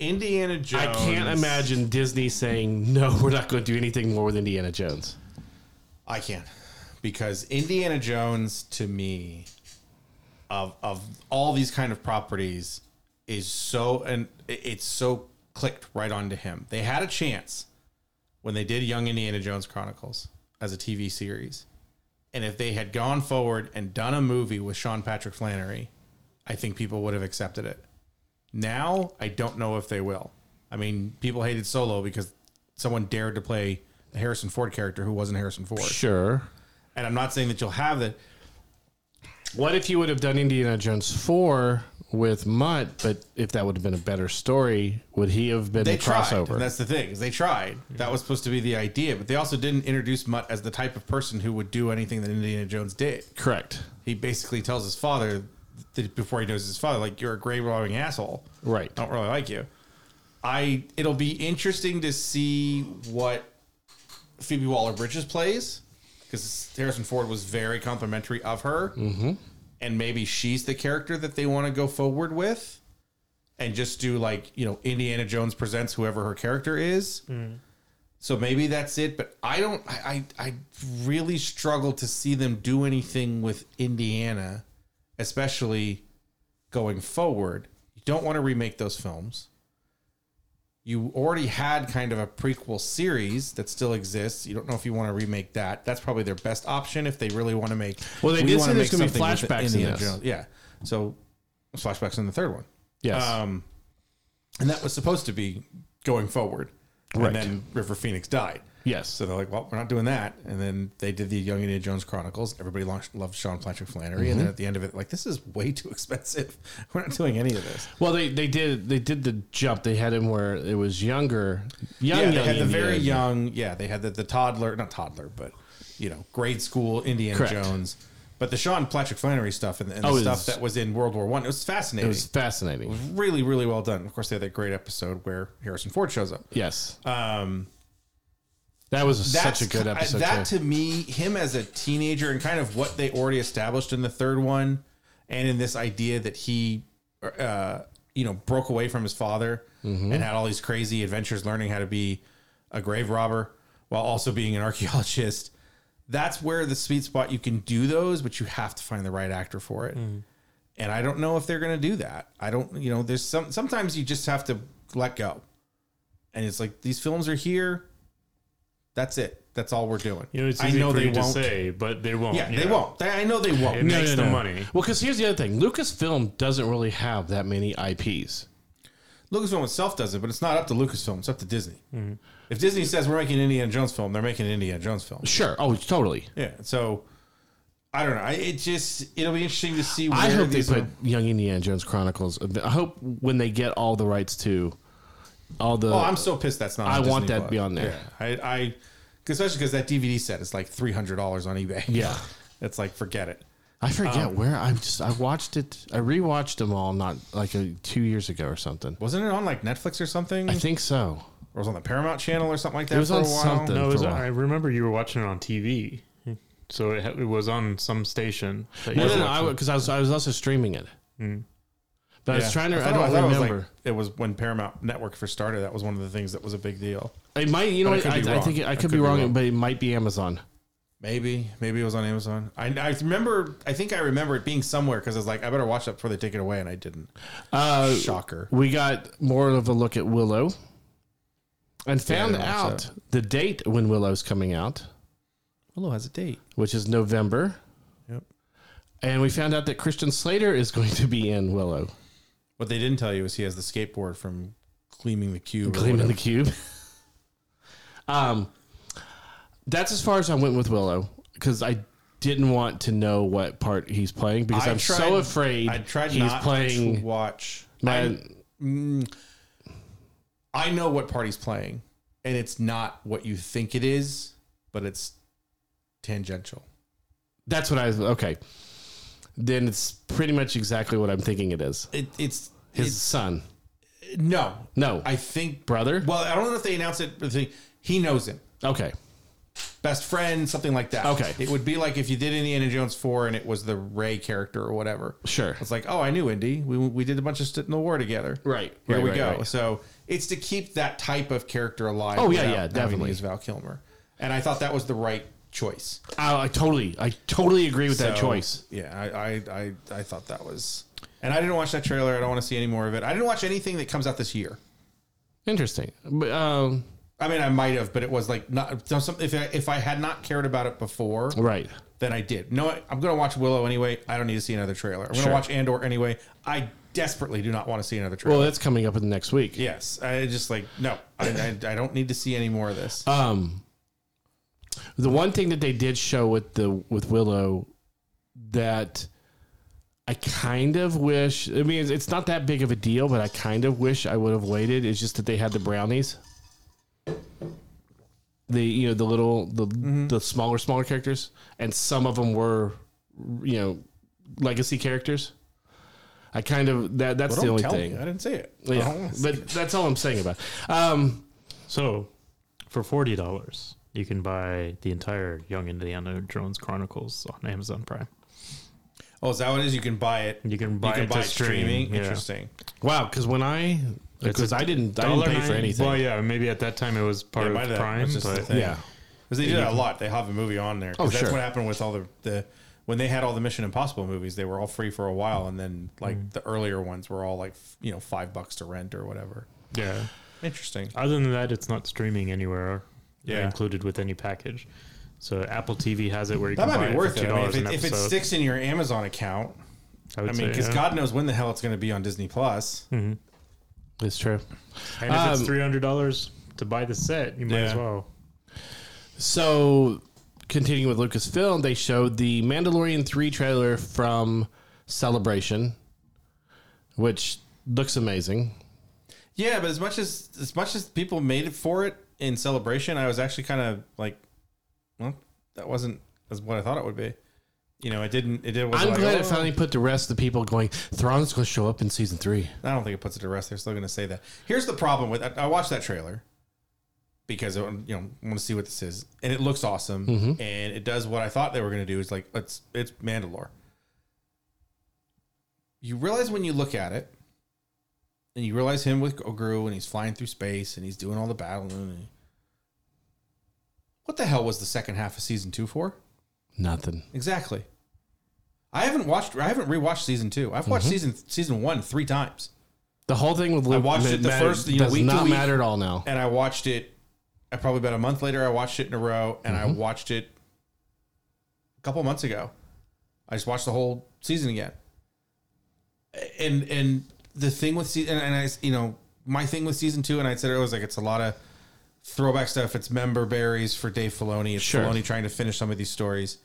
Indiana Jones.
I can't imagine Disney saying no. We're not going to do anything more with Indiana Jones.
I can, because Indiana Jones to me, of of all these kind of properties, is so and it- it's so clicked right onto him. They had a chance when they did Young Indiana Jones Chronicles as a TV series, and if they had gone forward and done a movie with Sean Patrick Flannery, I think people would have accepted it. Now I don't know if they will. I mean, people hated Solo because someone dared to play the Harrison Ford character who wasn't Harrison Ford
Sure.
and I'm not saying that you'll have that.
What if you would have done Indiana Jones four with Mutt? But if that would have been a better story, would he have been
They
the
tried.
crossover?
and that's the thing is they tried. That was supposed to be the idea, but they also didn't introduce Mutt as the type of person who would do anything that Indiana Jones did.
Correct.
He basically tells his father that before he knows his father, like you're a grave robbing asshole.
Right.
Don't really like you. I. It'll be interesting to see what Phoebe Waller Bridges plays because Harrison Ford was very complimentary of her. Mm-hmm. And maybe she's the character that they want to go forward with and just do like, you know, Indiana Jones presents whoever her character is. So maybe that's it. But I don't, I, I, I really struggle to see them do anything with Indiana, especially going forward. You don't want to remake those films you already had kind of a prequel series that still exists. You don't know if you want to remake that. That's probably their best option if they really want to make.
Well, they
we
did
want
say
to
there's gonna
make
be
something with
flashbacks in
Indiana
this.
Jones. Yeah, so flashbacks in the third one.
Yes.
Um, and that was supposed to be going forward,
Right.
and then River Phoenix died.
yes.
So they're like, well, we're not doing that. And then they did the Young Indiana Jones Chronicles. Everybody launched, loved Sean Patrick Flannery.
Mm-hmm.
And then at the end of it, like, this is way too expensive. We're not doing any of this.
well, they, they did they did the jump. They had him where it was younger, young,
yeah,
young
they had the
Indiana.
very young. Yeah, they had the, the toddler, not toddler, but you know, grade school Indiana
Correct.
Jones. But the Sean Patrick Flannery stuff and, and the
Oh, it
stuff
was-
that was in World War One, it was
It
fascinating.
was fascinating.
really, really well done. Of course, they had that great episode where Harrison Ford shows up.
Yes,
Um,
that was
that's
such a good
ki-
episode.
That
too.
to me, him as a teenager and kind of what they already established in the third one, and in this idea that he, uh, you know, broke away from his father
Mm-hmm.
and had all these crazy adventures, learning how to be a grave robber while also being an archaeologist. That's where the sweet spot you can do those, but you have to find the right actor for
Mm-hmm.
it. And I don't know if they're going to do that. I don't, you know, there's some sometimes you just have to let go. And it's like these films are here. That's it. That's all we're doing.
You know, it's
I
easy
know
for
they
you to
won't.
say, but they won't.
yeah,
you
they
know.
won't. They, I know they won't.
It
No,
makes
no,
the
no.
money.
Well, because here's the other thing: Lucasfilm doesn't really have that many IPs.
Lucasfilm itself does it, but it's not up to Lucasfilm. It's up to Disney.
Mm-hmm.
If Disney says we're making an Indiana Jones film, they're making an Indiana Jones film.
Sure. Oh, totally.
Yeah. So I don't know. I, it just it'll be interesting to see. Where
I hope they
these
put
are-
Young Indiana Jones Chronicles. I hope when they get all the rights to all the.
Oh, I'm so pissed that's not.
I want that
Plus.
to be on there.
Yeah, I, I 'cause especially because that DVD set is like three hundred dollars on eBay.
Yeah.
it's like forget it.
I forget
um,
where I'm just I watched it I rewatched them all not like a, two years ago or something.
Wasn't it on like Netflix or something?
I think so.
or was it on the Paramount Channel or something like that
It was
for
on
a while?
something.
No, it
for
was,
a while.
I remember you were watching it on TV. So it, ha- it was on some station. that
No,
you
no,
were
no, I
watching.
because I was I was also streaming it. But I was
Mm. Yeah.
trying to. I,
thought-
don't
thought
remember.
It was, like, it was when Paramount Network first started. That was one of the things that was a big deal.
it might. You know,
But I
what,
could
I,
be
I
wrong.
think it, I, could, be, wrong, but it might be Amazon.
Maybe, maybe it was on Amazon. I, I remember. I think I remember it being somewhere because I was like, I better watch that before they take it away, and I didn't.
Uh,
Shocker.
we got more of a look at Willow, and found
didn't watch
out the date when Willow's coming out,
Willow has a date.
which is November.
Yep.
And we found out that Christian Slater is going to be in Willow,
What they didn't tell you is he has the skateboard from Gleaming the Cube. or
claiming
whatever.
the cube. um, that's as far as I went with Willow because I didn't want to know what part he's playing because
I
am
tried-
so afraid
I tried
he's
not
playing
to watch.
Man,
Mm, I know what part he's playing, and it's not what you think it is, but it's tangential.
that's what I was. Okay. Then it's pretty much exactly what I'm thinking it is.
It, it's
His son.
it's- no,
No.
I think.
brother?
Well, I don't know if they announced it, but they- he knows him.
Okay.
best friend, something like that.
Okay.
It would be like if you did Indiana Jones 4 and it was the Ray character or whatever.
Sure.
It's like, oh, I knew Indy. We, we did a bunch of stuff in the war together.
Right.
Here
Right,
we
right,
go.
right.
So it's to keep that type of character alive.
Oh, yeah,
without
yeah,
having to
definitely.
use Val Kilmer. And I thought that was the right choice.
I, I totally, I totally agree with that
So,
choice.
Yeah, I, I, I, I thought that was. And I didn't watch that trailer. I don't want to see any more of it. I didn't watch anything that comes out this year.
Interesting. But, um,
I mean, I might have, but it was like not some. If I, if I had not cared about it before,
right.
than I did. No, I'm going to watch Willow anyway. I don't need to see another trailer. I'm
Sure.
going to watch Andor anyway. I desperately do not want to see another trailer.
Well, that's coming up in the next week.
yes, I just like no. I, I, I don't need to see any more of
Uh,
this.
Um, the one thing that they did show with the with Willow that I kind of wish. I mean, it's, it's not that big of a deal, but I kind of wish I would have waited. It's just that they had the brownies, the you know the little the
Mm-hmm.
the smaller smaller characters, and some of them were you know legacy characters. I kind of that that's
Well,
the
don't
only
tell
thing.
me. I didn't see it. Oh. I don't
Yeah,
wanna see
but that's all I'm saying about. it. Um,
So for $40, you can buy the entire Young Indiana Jones Chronicles on Amazon Prime.
oh, is that what it is? You can buy it.
You can buy it to stream, yeah.
Interesting.
Wow, because when I
It's
because
a
I didn't I didn't pay for
$1.09
anything.
Well, yeah, maybe at that time it was part
Yeah, by
of
that,
Prime,
that's just the
but
thing.
yeah,
Because they do that a lot. They have a movie on there. 'Cause
Oh,
that's
sure.
what happened with all the, the when they had all the Mission Impossible movies. They were all free for a while, and then like
Mm.
the earlier ones were all like f- you know five bucks to rent or whatever.
yeah.
Interesting.
Other than that, it's not streaming anywhere.
Yeah.
Yeah. included with any package. So Apple TV has it where you
That
can buy
might be
it
worth
for
it.
two
I mean,
dollars
if it,
an
if
episode.
it sticks in your Amazon account,
I, would
I mean,
say,
because
yeah. Hmm.
God knows when the hell it's going to be on Disney Plus.
it's true.
and if
um,
it's three hundred dollars to buy the set, you might as
Yeah.
well.
So, continuing with Lucasfilm, they showed the Mandalorian three trailer from Celebration, which looks amazing.
Yeah, but as much as as much as people made it for it in celebration, I was actually kind of like, well, that wasn't as what I thought it would be. You know, it didn't. It did.
I'm glad
oh.
it finally put to rest the people going Thrawn's going to show up in season three.
I don't think it puts it to rest. They're still going to say that. Here's the problem with. I, I watched that trailer because I, want- you know I want to see what this is, and it looks awesome, and it does what I thought they were going to do. Is like it's it's Mandalore. You realize when you look at it, and you realize him with Gru, and he's flying through space, and he's doing all the battling. And what the hell was the second half of season two for?
Nothing.
Exactly. I haven't watched. I haven't rewatched season two. I've watched season season one three times.
The whole thing with Luke
watched
ma-
it the
matter-
first, you know,
does
week to
not
week.
matter at all now.
and I watched it. I probably about a month later, I watched it in a row, and
Mm-hmm.
I watched it a couple months ago. I just watched the whole season again. And and the thing with season, and, and I, you know, my thing with season two, and I said it was like it's a lot of throwback stuff. It's member berries for Dave Filoni. It's
Sure.
Filoni trying to finish some of these stories.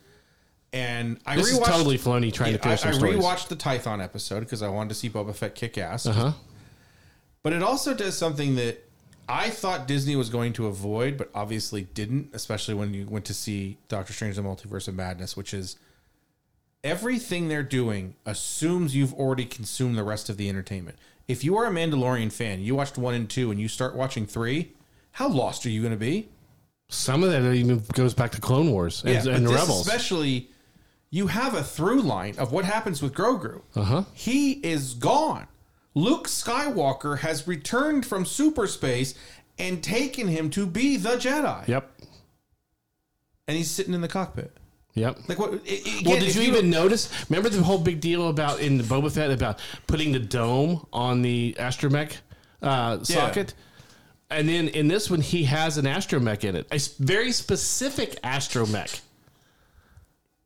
And I
This is
rewatched
totally Filoni trying to
I,
finish
I
their stories.
rewatched the Tython episode because I wanted to see Boba Fett kick ass.
Uh huh.
But it also does something that I thought Disney was going to avoid, but obviously didn't, especially when you went to see Doctor Strange in the Multiverse of Madness, which is everything they're doing assumes you've already consumed the rest of the entertainment. If you are a Mandalorian fan, you watched one and two, and you start watching three, how lost are you going to be?
Some of that even goes back to Clone Wars and,
but
and
this
Rebels.
Especially, you have a through line of what happens with Grogu.
Uh-huh.
He is gone. Luke Skywalker has returned from superspace and taken him to be the Jedi.
Yep.
And he's sitting in the cockpit.
Yep.
Like what? It, it, again,
Well, did
if
you, even notice? Remember the whole big deal about in the Boba Fett about putting the dome on the astromech uh, socket, and then in this one he has an astromech in it, a s- very specific astromech.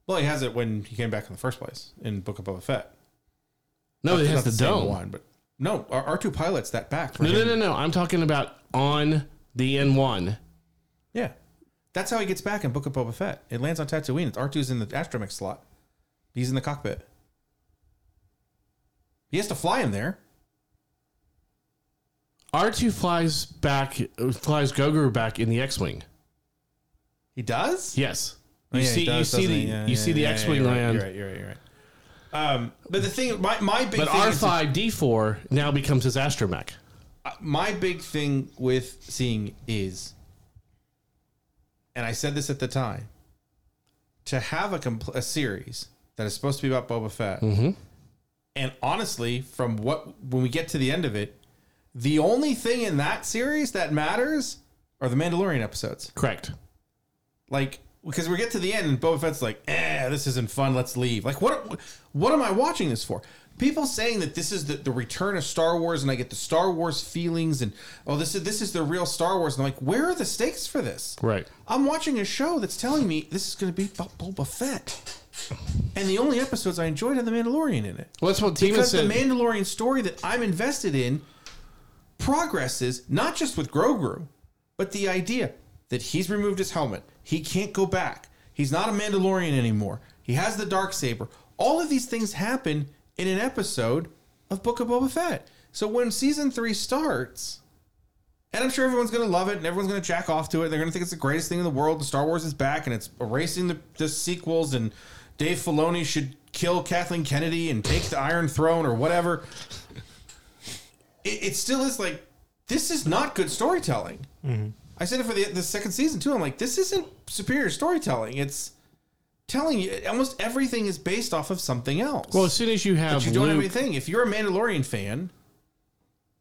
Well, he has it when he came back in the first place in Book of Boba Fett.
No, it
Not
has the,
same
dome.
one, but no, our R two pilots that back. For
No, no,
him.
no, no. I'm talking about on the N one.
Yeah, that's how he gets back in Book of Boba Fett. It lands on Tatooine. It's R 2s in the astromech slot. He's in the cockpit. He has to fly him there.
R two flies back, uh, flies Gogu back in the X wing.
He does.
Yes,
Oh,
you
yeah, he
see,
does,
you see the,
doesn't he? Yeah,
you
yeah,
see the
yeah,
X wing
yeah,
land.
You're right. You're right. You're right. You're right. Um, but the thing, my my big
But
thing
R
is-
five D four now becomes his astromech.
Uh, my big thing with seeing is, and I said this at the time, to have a, compl- a series that is supposed to be about Boba Fett, and honestly, from what when we get to the end of it, the only thing in that series that matters are the Mandalorian episodes.
Correct.
Like, because we get to the end and Boba Fett's like, eh, this isn't fun. Let's leave. Like, what? What am I watching this for? People saying that this is the, the return of Star Wars, and I get the Star Wars feelings, and oh, this is this is the real Star Wars. And I'm like, where are the stakes for this?
Right.
I'm watching a show that's telling me this is going to be about Boba Fett, and the only episodes I enjoyed had the Mandalorian in it
Well, that's what Steven
because the
said.
Mandalorian story that I'm invested in progresses not just with Grogu, but the idea that he's removed his helmet, he can't go back, he's not a Mandalorian anymore, he has the dark saber. All of these things happen in an episode of Book of Boba Fett. So when season three starts, and I'm sure everyone's going to love it and everyone's going to jack off to it. They're going to think it's the greatest thing in the world. And Star Wars is back and it's erasing the, the sequels. And Dave Filoni should kill Kathleen Kennedy and take the Iron Throne or whatever. It, it still is like, this is not good storytelling. I said it for the, the second season too. I'm like, this isn't superior storytelling. It's telling you almost everything is based off of something else.
well, as soon as you have
But you don't have
Luke-
anything. If you're a Mandalorian fan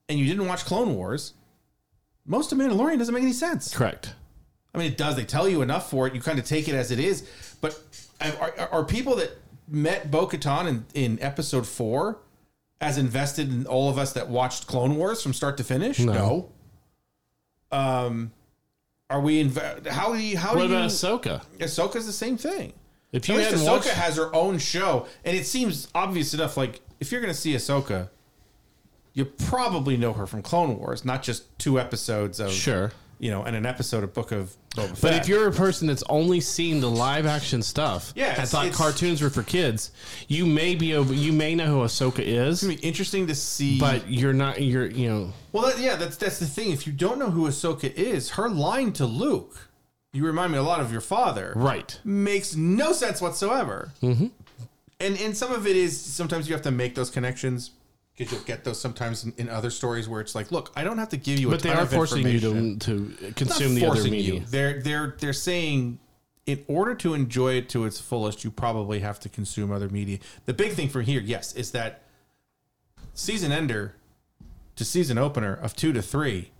and you didn't watch Clone Wars, most of Mandalorian doesn't make any sense.
correct.
I mean, it does. They tell you enough for it. You kind of take it as it is. But um, are, are- are people that met Bo Katan in, in episode four as invested in all of us that watched Clone Wars from start to finish?
No.
No. Um, are we inv- how do you how
What
do
about
you
Ahsoka?
Ahsoka's the same thing.
If
At
you
least
hadn't
Ahsoka
watched,
has her own show, and it seems obvious enough. Like if you're going to see Ahsoka, you probably know her from Clone Wars, not just two episodes of
sure.
you know, and an episode of Book of Boba Fett.
But if you're a person that's only seen the live action stuff,
Yeah,
and
it's-
thought
it's-
cartoons were for kids, you may be over, you may know who Ahsoka is,
It's gonna be interesting to see.
but you're not. You're you know
well, that, yeah, that's that's the thing. If you don't know who Ahsoka is, her line to Luke, "You remind me a lot of your father,"
right.
makes no sense whatsoever.
Mm-hmm.
And and some of it is sometimes you have to make those connections because you'll get those sometimes in, in other stories where it's like, look, I don't have to give you. A
But they
ton
are
of
forcing you
information."
to to
Not
consume the other
forcing you.
media.
They're they're they're saying in order to enjoy it to its fullest, you probably have to consume other media. The big thing from here, yes, is that season ender to season opener of two to three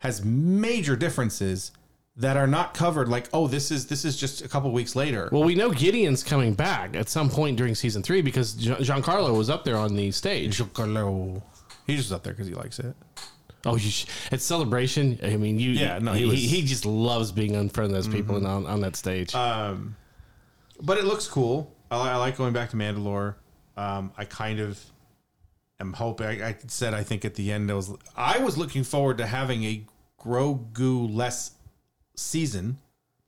has major differences that are not covered. Like, oh, this is this is just a couple weeks later.
Well, we know Gideon's coming back at some point during season three because Gian- Giancarlo was up there on the stage.
Chocolate. He's just up there because he likes it.
Oh, you sh- at celebration. I mean, you.
Yeah, no, he
he,
was- Mm-hmm.
he just loves being in front of those people and on, on that stage.
Um, but it looks cool. I, li- I like going back to Mandalore. Um, I kind of am hoping. I, I said I think at the end I was I was looking forward to having a Grogu less season.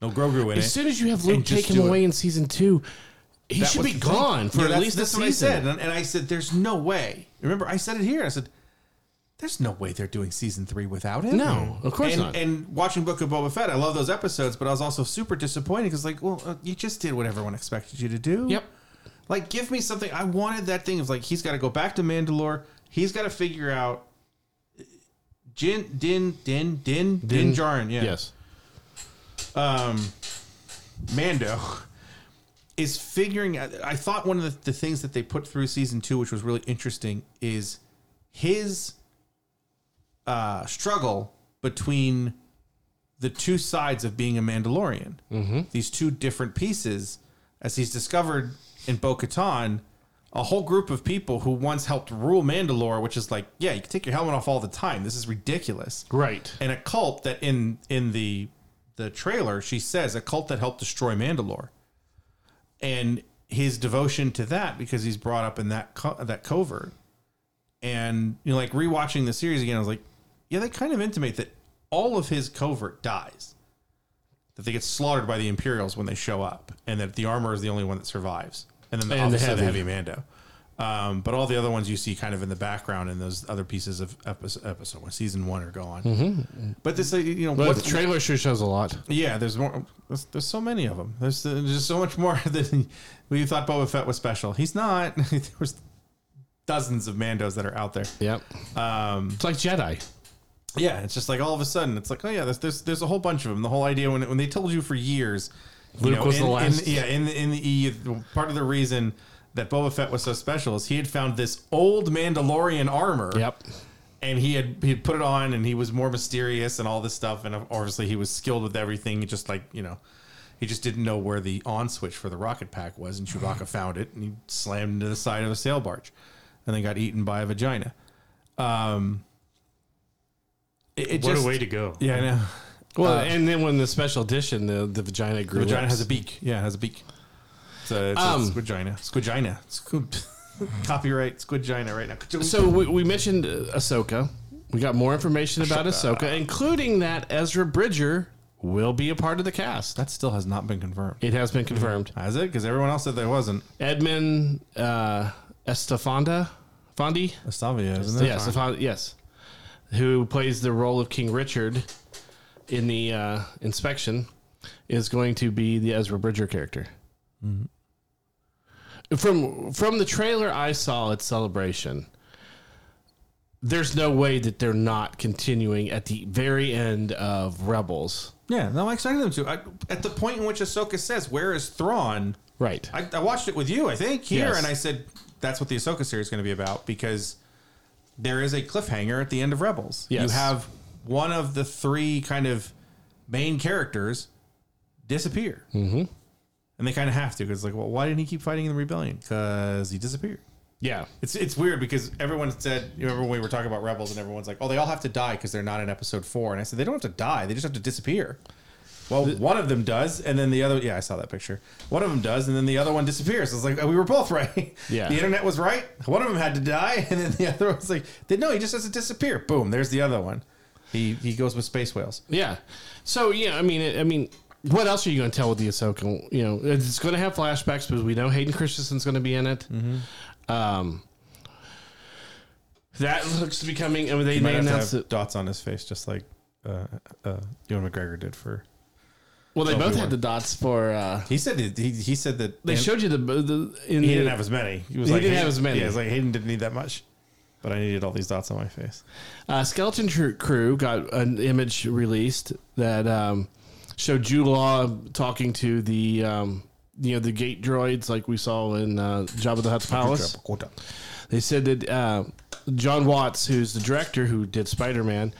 No Grogu in
As
it.
soon as you have Luke
and just
take him
do it.
away in season two, he should
was
be
the thing.
gone for
Yeah,
at
that's-
least this
that's what I said,
season.
and, and I said there's no way. Remember, I said it here. I said. There's no way they're doing season three without him.
No, of course
and,
not.
And watching Book of Boba Fett, I love those episodes, but I was also super disappointed because, like, well, uh, you just did what everyone expected you to do.
Yep.
Like, give me something. I wanted that thing. It was like he's got to go back to Mandalore. He's got to figure out. uh, Jin, Din, Din, Din, Din,
Din-
Djarin. Yeah.
Yes.
um, Mando is figuring out. I thought one of the, the things that they put through season two, which was really interesting, is his uh, struggle between the two sides of being a Mandalorian. Mm-hmm. These two different pieces, as he's discovered in Bo Katan. A whole group of people who once helped rule Mandalore, which is like, yeah, you can take your helmet off all the time. This is ridiculous
Right.
and a cult that in in the the trailer she says a cult that helped destroy Mandalore, and his devotion to that because he's brought up in that co- that covert, and you know like rewatching the series again, I was like, yeah, they kind of intimate that all of his covert dies, that they get slaughtered by the Imperials when they show up, and that the armor is the only one that survives, and then the,
And the
obviously the
heavy.
heavy Mando. Um, but all the other ones you see kind of in the background in those other pieces of episode, episode one, season one are gone. But this, uh, you know,
But
what,
the trailer sure shows a lot.
yeah, there's more. There's, there's so many of them. There's, there's just so much more than we thought Boba Fett was special. He's not. there was dozens of Mandos that are out there.
Yep. Um, it's like Jedi.
Yeah, it's just like all of a sudden, it's like, oh yeah, there's there's, there's a whole bunch of them. The whole idea when when they told you for years, you
Luke was
in,
the last.
In, yeah, in the, in the EU, part of the reason that Boba Fett was so special is he had found this old Mandalorian armor.
Yep.
and he had he had put it on and he was more mysterious and all this stuff and obviously he was skilled with everything he just like you know he just didn't know where the on switch for the rocket pack was and Chewbacca found it and he slammed into the side of a sail barge and then got eaten by a vagina um it, it
What
just
a way to go.
yeah I know
Well, and then when the special edition, the, the vagina
Uh, the
grew.
vagina
lips.
has a beak yeah it has a beak it's a, it's
Um,
a squidgina squidgina Squid- copyright squidgina right now
So we, we mentioned uh, Ahsoka. We got more information about Ahsoka, including that Ezra Bridger will be a part of the cast.
that still has not been confirmed
It has been confirmed.
has it because everyone else said there wasn't
Edmund uh, Estefanda, Fondi,
Estavia isn't it
yes, Estefan- yes, who plays the role of King Richard in the uh, inspection, is going to be the Ezra Bridger character. From from the trailer I saw at Celebration, there's no way that they're not continuing at the very end of Rebels.
Yeah, no, I expected them to. I, at the point in which Ahsoka says, "Where is Thrawn?"
Right.
I, I watched it with you, I think, here,
Yes.
and I said, "That's what the Ahsoka series is going to be about," because there is a cliffhanger at the end of Rebels.
Yes.
You have one of the three kind of main characters disappear, mm-hmm. and they kind of have to because, like, well, why didn't he keep fighting in the rebellion? Because he disappeared.
yeah.
It's it's weird because everyone said you remember when we were talking about rebels and everyone's like, oh, they all have to die because they're not in episode four, and I said they don't have to die, they just have to disappear. Well, one of them does, and then the other. Yeah, I saw that picture. One of them does, and then the other one disappears. It's like uh, we were both right.
Yeah.
the internet was right. One of them had to die, and then the other was like, no, he just has to disappear. Boom, there's the other one. He he goes with space whales.
Yeah. So yeah, I mean, I mean, what else are you going to tell with the Ahsoka? You know, it's going to have flashbacks because we know Hayden Christensen's going to be in it.
Mm-hmm.
Um, that looks to be coming. I mean, they,
He might
they
have to
announced
have
it.
dots on his face, just like uh, uh, Ewan McGregor did for.
Well, they both
Obi-Wan.
had the dots for. Uh,
He said that- he he said that
they
and-
showed you the, the in
He
the,
didn't have as many. He, was
He didn't have as many.
Yeah, it's like Hayden didn't need that much, but I needed all these dots on my face.
Uh, Skeleton Tr- Crew got an image released that um, showed Jude Law talking to the um, you know the gate droids like we saw in uh, Jabba the Hutt's palace. They said that uh, John Watts, who's the director who did Spider Man,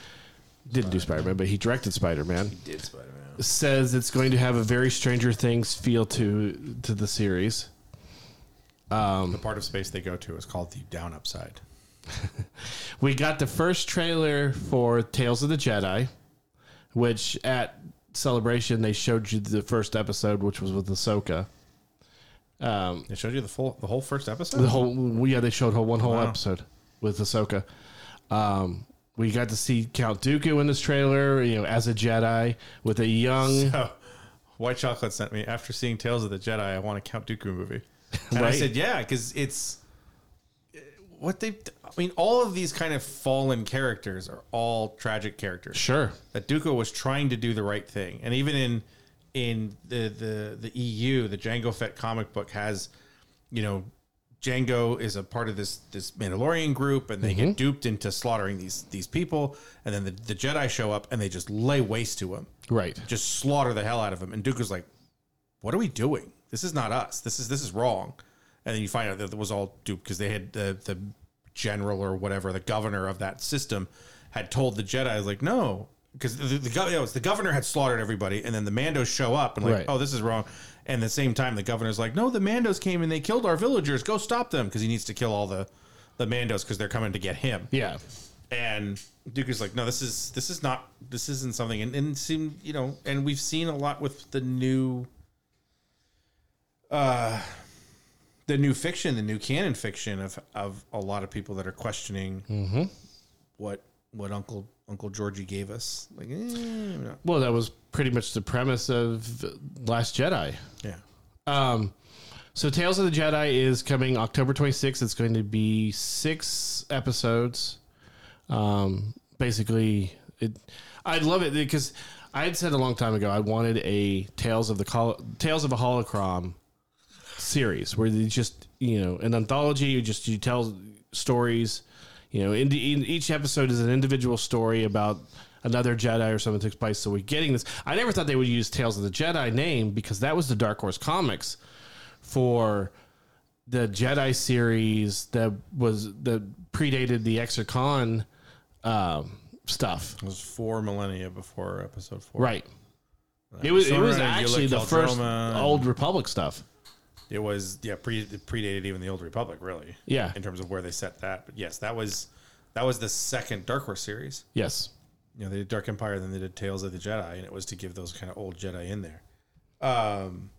didn't do Spider Man, but he directed Spider Man,
Did Spider Man?
says it's going to have a very Stranger Things feel to to the series.
The part of space they go to is called the down upside.
We got the first trailer for Tales of the Jedi, which at Celebration they showed you the first episode, which was with Ahsoka. Um,
It showed you the full, the whole first episode.
the whole yeah they showed whole one whole
Wow.
episode with Ahsoka. Um, we got to see Count Dooku in this trailer, you know, as a Jedi with a young.
So, Oh, White Chocolate sent me after seeing Tales of the Jedi. I want a Count Dooku movie, and I
Right.
said, "Yeah, because it's eh, what they. I mean, all of these kind of fallen characters are all tragic characters.
Sure.
that Duca was trying to do the right thing, E and even in in the the the EU, the Django Fett comic book has you know, Django is a part of this this Mandalorian group, and they get duped into slaughtering these these people, and then the, the Jedi show up and they just lay waste to him,
Right.
just slaughter the hell out of him. And Dooku's like, "What are we doing? This is not us. This is this is wrong." And then you find out that it was all duped because they had the the general or whatever the governor of that system had told the Jedi like, "No." Because the, the, gov- it was the governor had slaughtered everybody, and then the Mandos show up and like,
Right.
oh, this is wrong. And at the same time, the governor's like, no, the Mandos came and they killed our villagers. Go stop them because he needs to kill all the the Mandos because they're coming to get him
Yeah.
and Duke is like, no, this is this is not this isn't something, and and seem you know, and we've seen a lot with the new, uh, the new fiction, the new canon fiction of of a lot of people that are questioning
Mm-hmm.
what what Uncle Uncle Georgie gave us, like, eh, no.
Well, that was pretty much the premise of Last Jedi.
yeah,
Um, so Tales of the Jedi is coming October 26th. It's going to be six episodes. Um, basically, it, I'd love it because I had said a long time ago I wanted a Tales of the Col- Tales of a Holocron series where they just you know an anthology. You just you tell stories. You know, in, the, in each episode is an individual story about another Jedi or something that took place. So we're getting this. I never thought they would use Tales of the Jedi name because that was the Dark Horse comics for the Jedi series that was that predated the Exocon um, stuff.
it was four millennia before Episode Four.
Right. It was it was
Sora,
actually
Eula
the first
Kaldroma, and-
old Republic stuff.
It was yeah, pre it predated even the Old Republic, really.
Yeah.
in terms of where they set that. But yes, that was that was the second Dark Horse series.
Yes.
you know, they did Dark Empire, then they did Tales of the Jedi, and it was to give those kind of old Jedi in there. Um,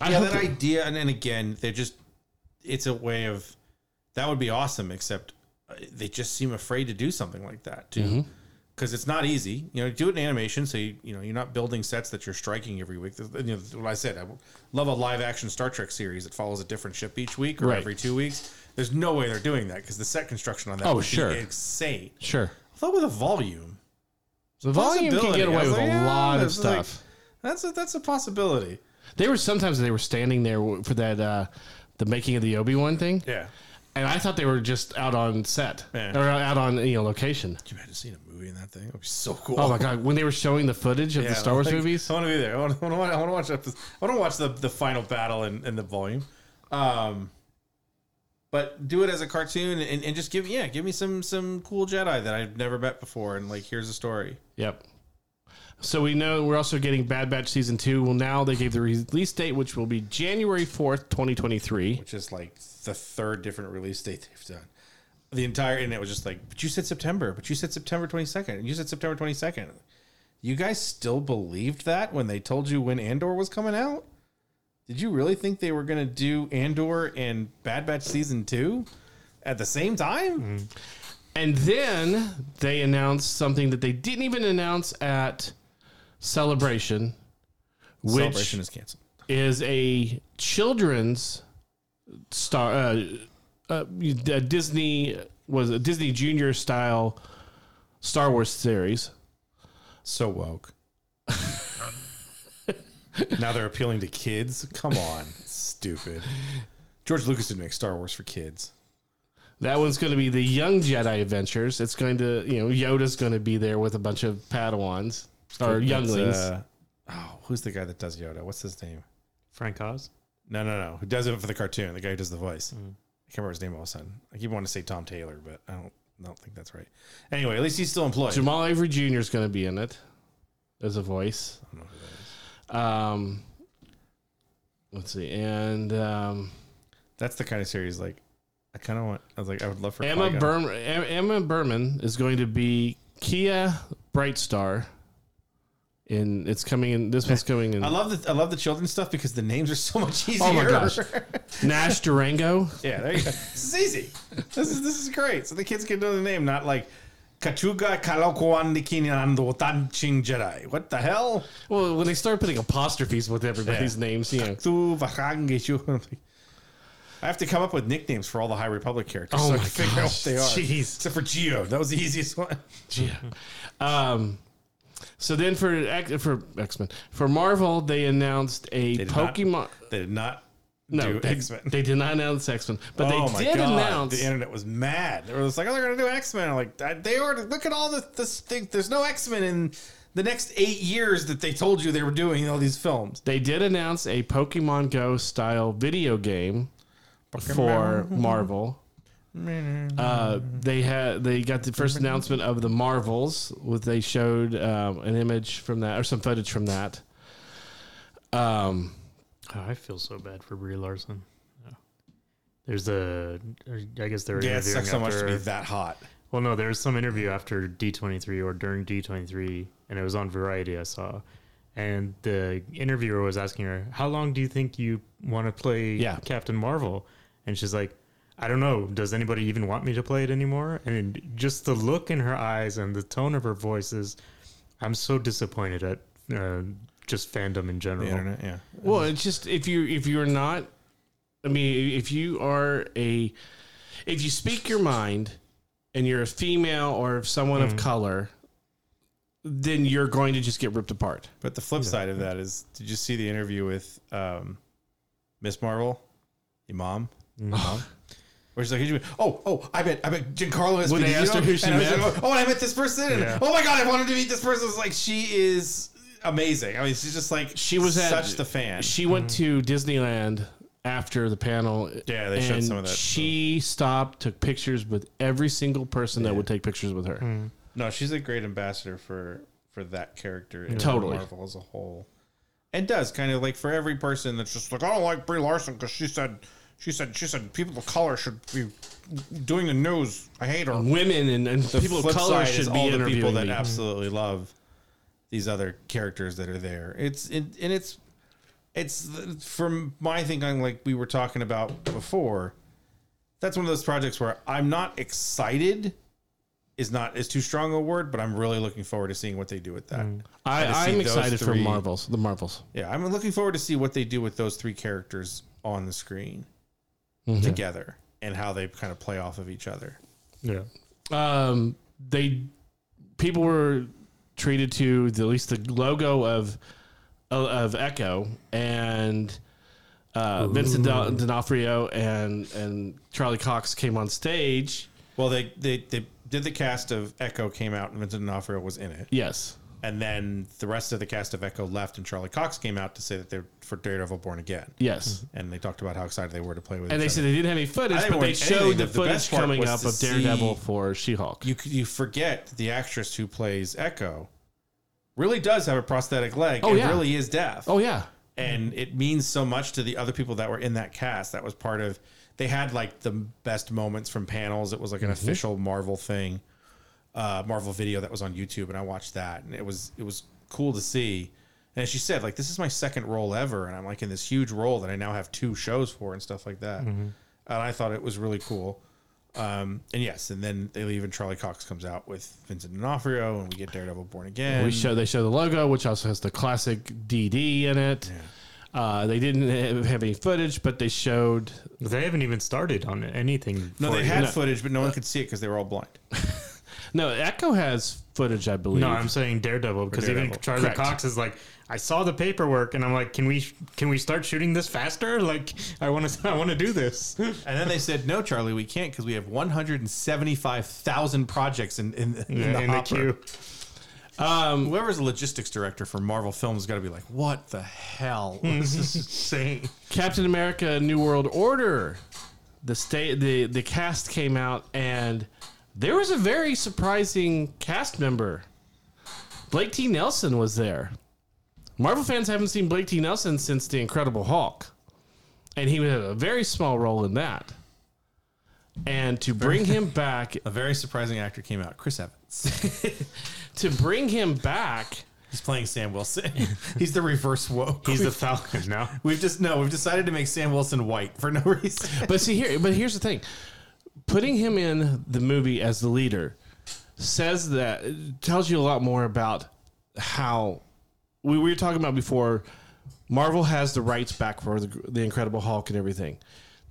I
yeah,
hope
that
it-
idea, and then again, they're just, it's a way of, that would be awesome, except uh, they just seem afraid to do something like that, too. Because it's not easy, you know. Do it in animation, so you, you know you're not building sets that you're striking every week. You know what I said. I love a live action Star Trek series that follows a different ship each week or
Right.
every two weeks. There's no way they're doing that because the set construction on that
Oh,
would
sure.
be insane.
Sure.
Although with a volume,
The volume can
possibility.
get
I
away
was
with
like,
a
yeah,
lot of
it's like-
stuff.
That's a, that's a possibility.
They were sometimes they were standing there w- for that uh, the making of the Obi Wan thing,
Yeah.
and I thought they were just out on set
Yeah.
or out on you know location.
Could you imagine seeing a movie in that thing? It would be so cool.
Oh my god! When they were showing the footage of
Yeah,
the Star Wars
like,
movies,
I want to be there. I want to watch, I want to watch, episode- I want to watch the, the final battle and, and the volume. Um, but do it as a cartoon and, and just give yeah, give me some some cool Jedi that I've never met before and like here's a story.
Yep. So we know we're also getting Bad Batch season two. Well, now they gave the release date, which will be January fourth, twenty twenty three.
Which is like the third different release date they've done. The entire and it was just like, but you said September, but you said September twenty second, and you said September twenty second. You guys still believed that when they told you when Andor was coming out? Did you really think they were gonna do Andor and Bad Batch season two at the same time?
And then they announced something that they didn't even announce at Celebration, which
Celebration is canceled.
is a children's star uh, uh, a Disney was a Disney Junior style Star Wars series.
So woke. now they're appealing to kids. Come on, stupid. George Lucas didn't make Star Wars for kids.
That one's going to be the Young Jedi Adventures. It's going to, you know, Yoda's going to be there with a bunch of Padawans or
That's,
younglings.
uh, oh, who's the guy that does Yoda? What's his name?
Frank Oz.
No, no, no. Who does it for the cartoon? The guy who does the voice.
Mm.
I can't remember his name all of a sudden. I keep wanting to say Tom Taylor, but I don't. I don't think that's right. Anyway, at least he's still employed.
Jamal Avery Jr. is going to be in it as a voice.
I don't know who that is.
Um, let's see, and um,
That's the kind of series like I kind of want. I was like, I would love for
Emma
Qui-Gon.
Berm- Em- Emma Berman is going to be Kia Brightstar. In it's coming in. This one's coming in.
I love the I love the children's stuff because the names are so much easier.
Oh my gosh. Nash Durango.
Yeah, there you go. this is easy. This is this is great. So the kids can know the name, not like Kachuga Kalokwanikinandotanchin Jedi. What the hell?
Well, when they start putting apostrophes with everybody's names, you know.
Tu Vakangishu. I'm like, I have to come up with nicknames for all the High Republic characters
Oh
so I
my
can figure out what
gosh,
they are.
jeez.
Except for Geo. That was the easiest one.
Yeah. Um, so then for X- for X Men for Marvel, they announced a
did not.
Pokemon.
They did not
No,
do
they,
X-Men.
they did not announce X Men, but
Oh my
they did
God.
announce.
the internet was mad. They were just like, "Oh, they're gonna do X Men." Like I- they were. Look at all this, this thing. There's no X Men in the next eight years that they told you they were doing all these films.
They did announce a Pokemon Go style video game for Marvel. Uh, they had they got the first announcement of the Marvels, with they showed um, an image from that or some footage from that. Um,
Oh, I feel so bad for Brie Larson. Yeah. There's a, I guess they're
Yeah, it
interviewing
sucks so much to
after-
be that hot.
Well, no, there was some interview after D23 or during D23, and it was on Variety, I saw. And the interviewer was asking her, How long do you think you want to play
Yeah.
Captain Marvel? And she's like, I don't know. Does anybody even want me to play it anymore? And just the look in her eyes and the tone of her voice is, I'm so disappointed at uh, just fandom
The
in general.
internet, yeah.
well, it's just if you if you're not, I mean, if you are a, if you speak your mind, and you're a female or if someone of color, then you're going to just get ripped apart.
But the flip side of that is, did you see the interview with um, Miss Marvel, the mom?
Mm-hmm.
Mom? Where she's like, "Who'd you- oh, oh, I bet, I bet Giancarlo has
When they
been- you
asked her
know?"
who she
and I was
met.
like, oh, and I met this person. and,
Yeah.
oh my god, I wanted to meet this person. It's like she is amazing. I mean, she's just like
She was at-
such the fan.
She went to Disneyland after the panel.
Mm. Yeah, they showed
and
some of that.
She stopped, took pictures with every single person that would take pictures with her.
No, she's a great ambassador for for that character and
Totally.
Marvel as a whole. And does kind of like for every person that's just like I don't like Brie Larson because she said she said she said people of color should be doing the news. I hate her.
Mm. Women and, and
The
people of
flip
color
side is
should be
all the
interviewing
people that
me. Hmm.
absolutely love these other characters that are there. It's it, and it's it's the- from my thinking like we were talking about before. That's one of those projects where I'm not excited is not is too strong a word, but I'm really looking forward to seeing what they do with that.
Hmm.
Try to
I,
see
I'm
those
excited for
three.
Marvels. The Marvels.
Yeah, I'm looking forward to see what they do with those three characters on the screen Mm-hmm. together and how they kind of play off of each other.
Yeah.
Um, they people were treated to the, at least the logo of of Echo and uh, Vincent D'O- D'Onofrio and and Charlie Cox came on stage.
Well, they they, they did the cast of Echo came out and Vincent D'Onofrio was in it,
Yes.
and then the rest of the cast of Echo left and Charlie Cox came out to say that they're for Daredevil Born Again,
Yes.
and they talked about how excited they were to play with.
And they
each other.
said they didn't have any footage,
I didn't
but they
watch anything,
showed the
but the
footage
best part
coming
was
up
to
of Daredevil
see-
for She-Hulk.
you you forget that the actress who plays Echo really does have a prosthetic leg and
yeah.
really is deaf.
oh yeah,
and it means so much to the other people that were in that cast. That was part of. They had like the best moments from panels. It was like an official Marvel thing, uh, Marvel video that was on YouTube, and I watched that, and it was it was cool to see. And as she said, like this is my second role ever, and I'm like in this huge role that I now have two shows for and stuff like that. And I thought it was really cool. Um, and yes, and then they leave, and Charlie Cox comes out with Vincent D'Onofrio, and we get Daredevil Born Again.
we show they show the logo, which also has the classic DD in it. Uh, they didn't have- have any footage, but they showed
They haven't even started on anything.
no,
for
they
it.
had footage, but no one could see it because they were all blind.
no Echo has footage, I believe.
No, I'm saying Daredevil because even
Daredevil.
Charlie
Correct.
Cox is like, I saw the paperwork, and I'm like, can we can we start shooting this faster? Like, I want to I want to do this.
And then they said, "No, Charlie, we can't because we have 175,000 projects in in, in the
in the
hopper."
queue.
um,
Whoever's the logistics director for Marvel Films has got to be like, "What the hell? This is insane."
Captain America: New World Order. The state the the cast came out, and there was a very surprising cast member. Blake T. Nelson was there. Marvel fans haven't seen Blake T. Nelson since The Incredible Hulk, and he had a very small role in that. And to bring him back,
Mm-hmm.
A very surprising actor came out, Chris Evans.
to bring him back,
He's playing Sam Wilson. He's the reverse woke.
He's the Falcon now.
We've just no. We've decided to make Sam Wilson white for no reason.
but see here, but here's the thing: putting him in the movie as the leader says that tells you a lot more about how we were talking about before. Marvel has the rights back for the, the Incredible Hulk and everything.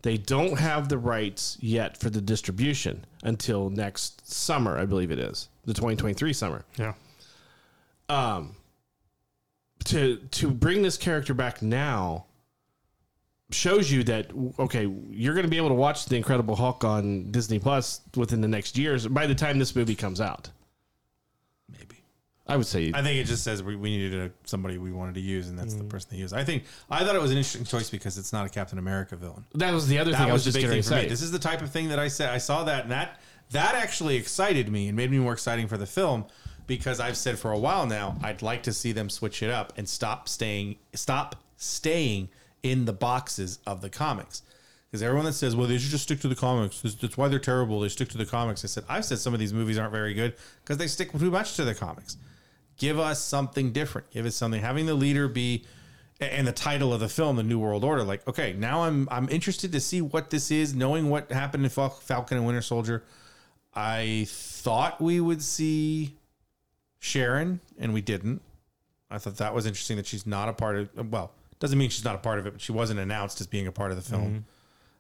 They don't have the rights yet for the distribution until next summer, I believe it is the 2023 summer.
Yeah.
Um, to to bring this character back now shows you that okay, you're going to be able to watch the Incredible Hulk on Disney Plus within the next years. By the time this movie comes out,
Maybe.
I would say
I think it just says we, we needed a, somebody we wanted to use, and
Mm.
that's the person they used. I think I thought it was an interesting choice because it's not a Captain America villain.
that was the other thing I was
the
just
big
going to
thing for me.
say.
This is the type of thing that I said. I saw that, and that that actually excited me and made me more exciting for the film because I've said for a while now I'd like to see them switch it up and stop staying stop staying in the boxes of the comics. Because everyone that says, "Well, they should just stick to the comics," This- that's why they're terrible. They stick to the comics. I said, I've said some of these movies aren't very good because they stick too much to the comics give us something different give us something having the leader be and the title of the film the new world order like okay now i'm i'm interested to see what this is knowing what happened in Fal- falcon and winter soldier i thought we would see sharon and we didn't i thought that was interesting that she's not a part of well doesn't mean she's not a part of it but she wasn't announced as being a part of the film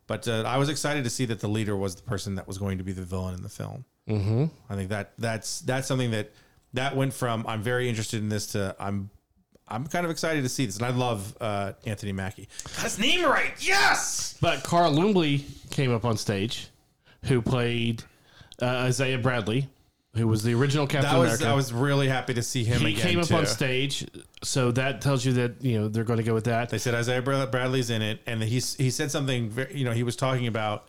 but uh, i was excited to see that the leader was the person that was going to be the villain in the film I think that that's that's something that that went from I'm very interested in this to I'm I'm kind of excited to see this, and I love uh, Anthony Mackie. Got his name right, yes.
But Carl Lumbly came up on stage, who played uh, Isaiah Bradley, who was the original Captain
That was
America.
I was really happy to see him.
he
again,
came up
too.
on stage, so that tells you that you know they're going to go with that.
They said Isaiah Brad- Bradley's in it, and he he said something. Very, you know, he was talking about.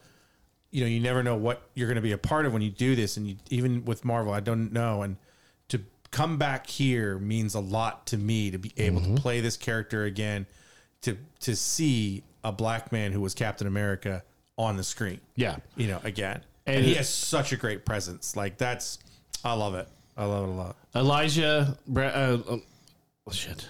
You know, you never know what you're going to be a part of when you do this, and you, even with Marvel, I don't know. And to come back here means a lot to me to be able to play this character again, to to see a black man who was Captain America on the screen.
yeah,
you know, again, and,
And-
he has such a great presence. Like that's, I love it. I love it a lot.
Elijah, Bra- uh, um, oh, shit,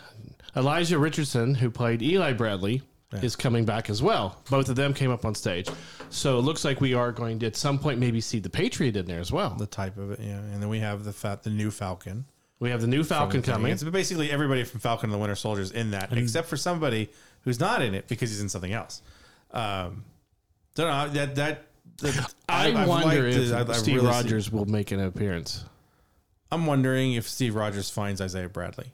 Elijah Richardson, who played Eli Bradley, is coming back as well. Both of them came up on stage, so it looks like we are going to at some point maybe see the Patriot in there as well.
The type of it, yeah. And then we have the fat, the new Falcon.
We have the new Falcon coming.
It's basically everybody from Falcon and the Winter Soldier is in that, except for somebody who's not in it because he's in something else. Um, don't know that that. that-
I,
I've
wonder if
liked it. I've- I've
Steve
really
Rogers will make an appearance.
seen- I'm wondering if Steve Rogers finds Isaiah Bradley,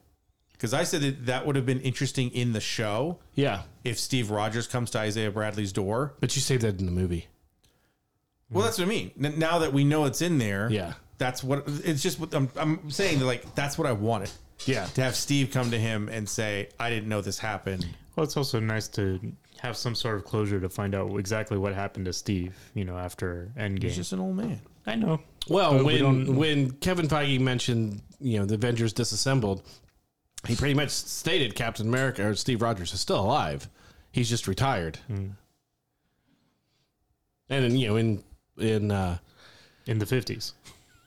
because I said that that would have been interesting in the show
Yeah,
if Steve Rogers comes to Isaiah Bradley's door.
but you saved that in the movie.
Well, that's what I mean. N- Now that we know it's in there,
Yeah.
that's what it's just. What I'm, I'm saying that like that's what I wanted
Yeah,
to have Steve come to him and say, "I didn't know this happened."
Well, it's also nice to have some sort of closure to find out exactly what happened to Steve, you know, after Endgame.
He's just an old man.
I know.
Well,
Uh,
But we
when
don't-
when Kevin Feige mentioned you know the Avengers disassembled, he pretty much stated Captain America or Steve Rogers is still alive. He's just retired.
Hmm.
And then, you know in in uh,
In the 50s.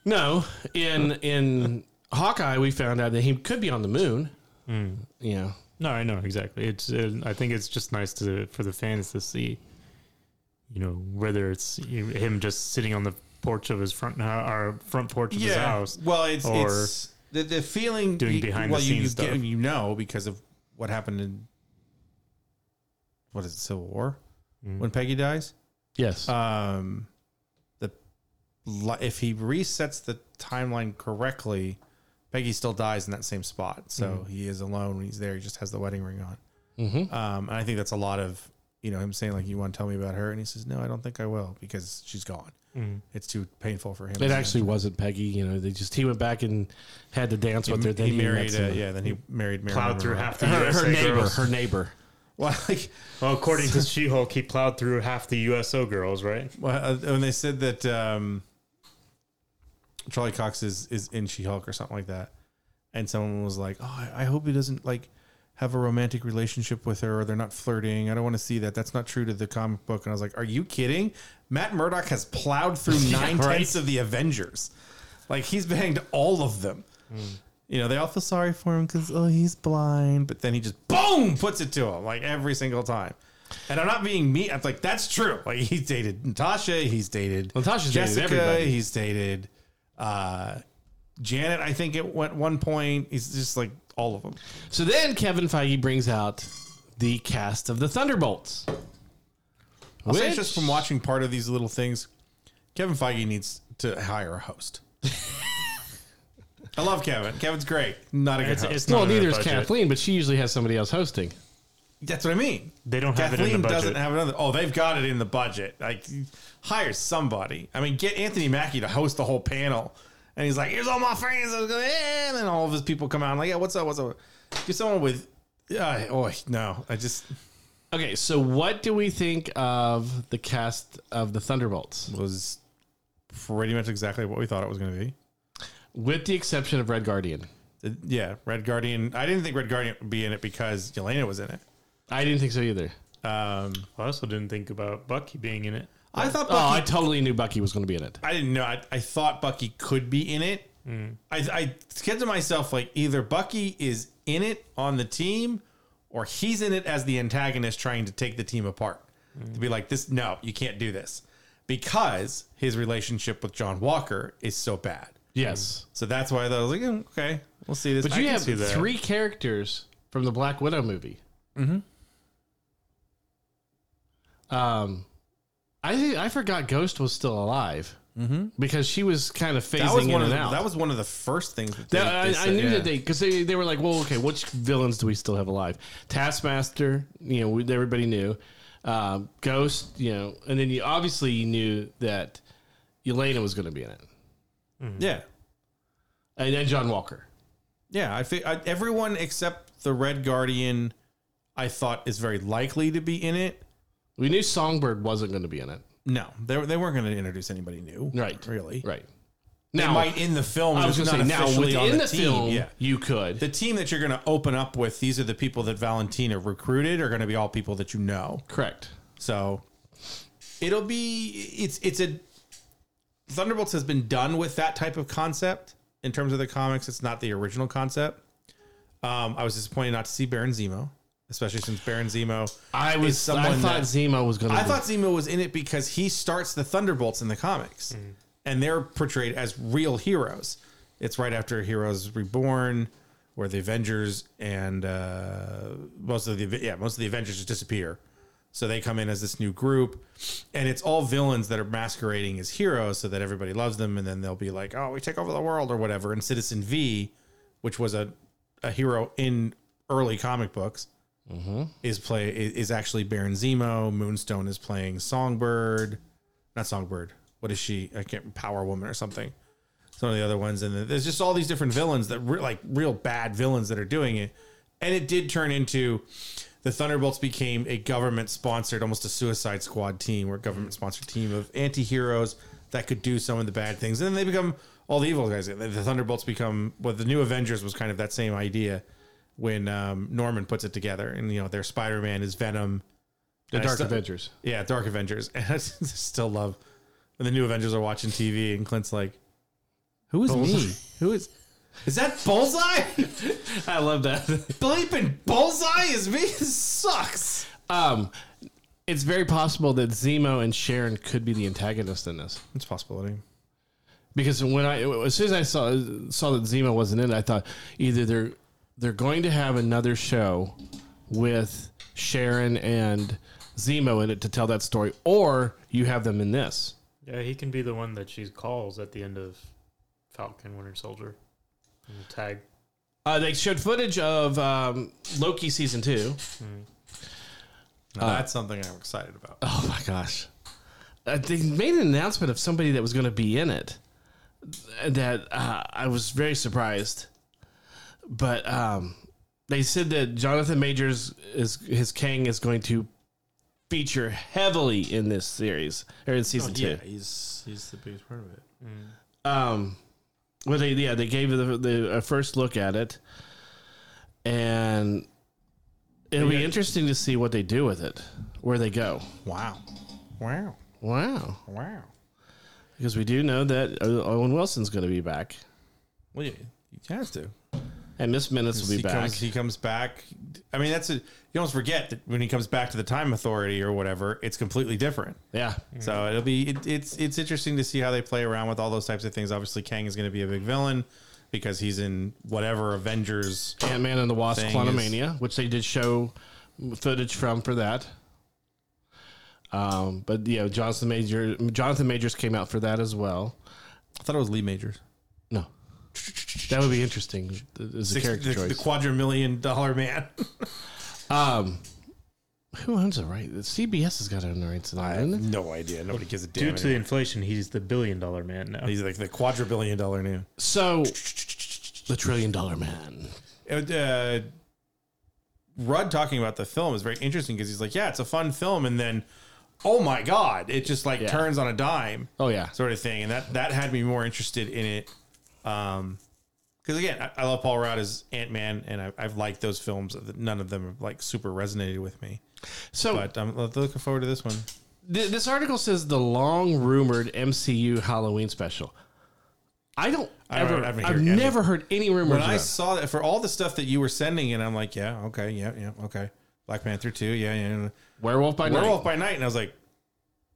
no in in Hawkeye we found out that he could be on the moon.
Hmm.
You know
No, I know exactly. It's. Uh, I think it's just nice to for the fans to see, you know, whether it's you him just sitting on the porch of his front hou- or front porch of his house.
Well, it's
or
it's the, the feeling
doing behind the
you,
scenes
you
stuff.
Get, you know because of what happened in what is it, Civil War
Mm-hmm.
when Peggy dies.
yes
Um, the li- if he resets the timeline correctly, Peggy still dies in that same spot. So
Mm-hmm.
he is alone when he's there. He just has the wedding ring on.
hmm
Um, and I think that's a lot of you know him saying like, "You want to tell me about her?" And he says, "No, I don't think I will because she's gone.
Mm.
It's too painful for him."
it actually wasn't Peggy. You know they just he went back and had to dance with her.
he,
Then
he married.
met
Uh,
some-
yeah, then he married Mary.
plowed through
Monroe.
half the
her,
USO
her neighbor.
girls.
Her neighbor.
Well, like
Well, according to She-Hulk, he plowed through half the USO girls, right?
well, uh, when they said that um, Charlie Cox is is in She Hulk or something like that, and someone was like, "Oh, I, I hope he doesn't like." Have a romantic relationship with her, or they're not flirting. I don't want to see that. That's not true to the comic book. And I was like, "Are you kidding? Matt Murdock has plowed through nine tenths of the Avengers. Like he's banged all of them. You know, they all feel sorry for him because oh, he's blind. But then he just boom puts it to him like every single time. And I'm not being mean. I'm like that's true. Like he's dated Natasha. He's dated
Natasha's dated
Jessica.
everybody.
He's dated uh, Janet. I think at one one point he's just like all of them.
So then Kevin Feige brings out the cast of the Thunderbolts.
I'll say
Which-
just from watching part of these little things, Kevin Feige needs to hire a host. I love Kevin. Kevin's great. Not a good
It's,
host.
it's not
well,
in their
neither is
budget.
Kathleen, but she usually has somebody else hosting.
That's what I mean.
They don't have it in the
Kathleen
budget.
doesn't have another. Oh, they've got it in the budget. Like, hire somebody. I mean, get Anthony Mackie to host the whole panel, and he's like, "Here's all my friends." I was going, eh, and then all of his people come out. I'm like, "Yeah, what's up? What's up?" Get someone with. Uh, oh no, I just
Okay, so what do we think of the cast of the Thunderbolts,
was pretty much exactly what we thought it was going to be.
with the exception of Red Guardian?
Uh, Yeah, Red Guardian. I didn't think Red Guardian would be in it because Yelena was in it.
I didn't think so either.
Um,
I also didn't think about Bucky being in it.
I thought
Oh, I
Bucky.
totally knew Bucky was going to be in it.
I didn't know. I, I thought Bucky could be in it.
Mm.
I, I said to myself, like, either Bucky is in it on the team, or he's in it as the antagonist trying to take the team apart. To
Mm.
be like, this, no, you can't do this because his relationship with John Walker is so bad.
Yes,
So that's why I thought, I was like, "Oh, okay, we'll see this.
but
I
you
can
have
see that.
three characters from the Black Widow movie. Mm-hmm. Um, I think I forgot Ghost was still alive mm-hmm. because she was kind of phasing
That was
in
one of
and
the,
out.
that was one of the first things that they,
That- I,
they
I
said,
knew
yeah.
that they because they, they were like, well, okay, which villains do we still have alive? Taskmaster, you know, we- everybody knew. Um, Ghost, you know, and then you obviously you knew that Elena was going to be in it,
yeah
and then John Walker.
Yeah, I think everyone except the Red Guardian, I thought is very likely to be in it.
We knew Songbird wasn't going to be in it,
No, they, they weren't going to introduce anybody new.
Right.
Really.
right?
They
Now
might in the film.
I was going
just
to say
not
now
officially
within
on
the,
team.
film,
Yeah.
you could.
The team that you're going to open up with, these are the people that Valentina recruited, are going to be all people that you know.
Correct.
So it'll be it's it's a Thunderbolts has been done with that type of concept in terms of the comics. It's not the original concept. Um, I was disappointed not to see Baron Zemo, especially since Baron Zemo.
I
was-
was. I
someone
thought
that-
Zemo was going to.
I thought Zemo was in it because he starts the Thunderbolts in the comics, and they're portrayed as real heroes. It's right after Heroes Reborn, where the Avengers and uh, most of the yeah most of the Avengers just disappear, so they come in as this new group, and it's all villains that are masquerading as heroes, so that everybody loves them, and then they'll be like, oh, we take over the world or whatever. And Citizen V, which was a a hero in early comic books is play is is actually Baron Zemo. Moonstone is playing Songbird, not Songbird. What is she? I can't Power Woman or something. Some of the other ones, and there's just all these different villains that re- like real bad villains that are doing it, and it did turn into the Thunderbolts became a government sponsored, almost a Suicide Squad team, or government sponsored team of anti heroes that could do some of the bad things, and then they become all the evil guys. The Thunderbolts become well, the new Avengers was kind of that same idea when um, Norman puts it together, and you know their Spider Man is Venom.
the
I
Dark
stu-
Avengers.
Yeah, Dark Avengers. And I still love when the new Avengers are watching TV and Clint's like, Who is me? Who is Is that Bullseye?
I love that.
Bleeping Bullseye is me? This sucks.
Um, it's very possible that Zemo and Sharon could be the antagonist in this
It's a possibility.
because when I as soon as I saw saw that Zemo wasn't in, it, I thought either they're they're going to have another show with Sharon and Zemo in it to tell that story, or you have them in this.
Yeah, he can be the one that she calls at the end of Falcon Winter Soldier. And the tag.
Uh, they showed footage of um, Loki season two.
Now, that's something I'm excited about.
Oh my gosh. Uh, they made an announcement of somebody that was going to be in it that uh, I was very surprised. But um, they said that Jonathan Majors is his Kang is going to feature heavily in this series or in season two.
he's he's the biggest part of it.
Um, well, they yeah they gave the the a first look at it, and it'll be interesting to see what they do with it, where they go.
Wow. Wow.
Wow.
Wow.
Because we do know that Owen Wilson's going to be back,
Well, yeah, he has to.
and Miss Minutes will be
he
back.
Comes, he comes back. I mean, that's a, you almost forget that when he comes back to the Time Authority or whatever, it's completely different.
yeah,
So it'll be it, it's it's interesting to see how they play around with all those types of things. Obviously, Kang is going to be a big villain because he's in whatever Avengers.
Ant Man and the Wasp:
Thing is-
Quantumania, which they did show footage from for that. Um, but you know, Jonathan Major, Jonathan Majors came out for that as well.
I thought it was Lee Majors.
No, that would be interesting as a
Six,
character
the, the
choice.
quadrimillion dollar man.
Um, Who owns the right? CBS has got to own the rights to that, doesn't it?
No idea. Nobody gives a damn.
Due to the
anymore.
inflation, he's the billion dollar man now.
He's like the quadrillion dollar man.
So, the trillion dollar man.
Uh, Rudd talking about the film is very interesting because he's like, yeah, it's a fun film, and then, oh my god, it just like
Yeah.
turns on a dime.
Oh yeah,
sort of thing, and that that had me more interested in it. Um, because again, I, I love Paul Rudd as Ant Man, and I, I've liked those films. None of them have like super resonated with me,
so
but I'm looking forward to this one.
Th- this article says the long rumored MCU Halloween special. I don't
don't-
ever.
I haven't
I've
heard any.
never heard any rumors.
When
of
I
that.
saw that for all the stuff that you were sending, and I'm like, yeah, okay, yeah, yeah, okay, Black Panther two, yeah, yeah,
Werewolf by
yeah. Werewolf
Night.
by Night, and I was like,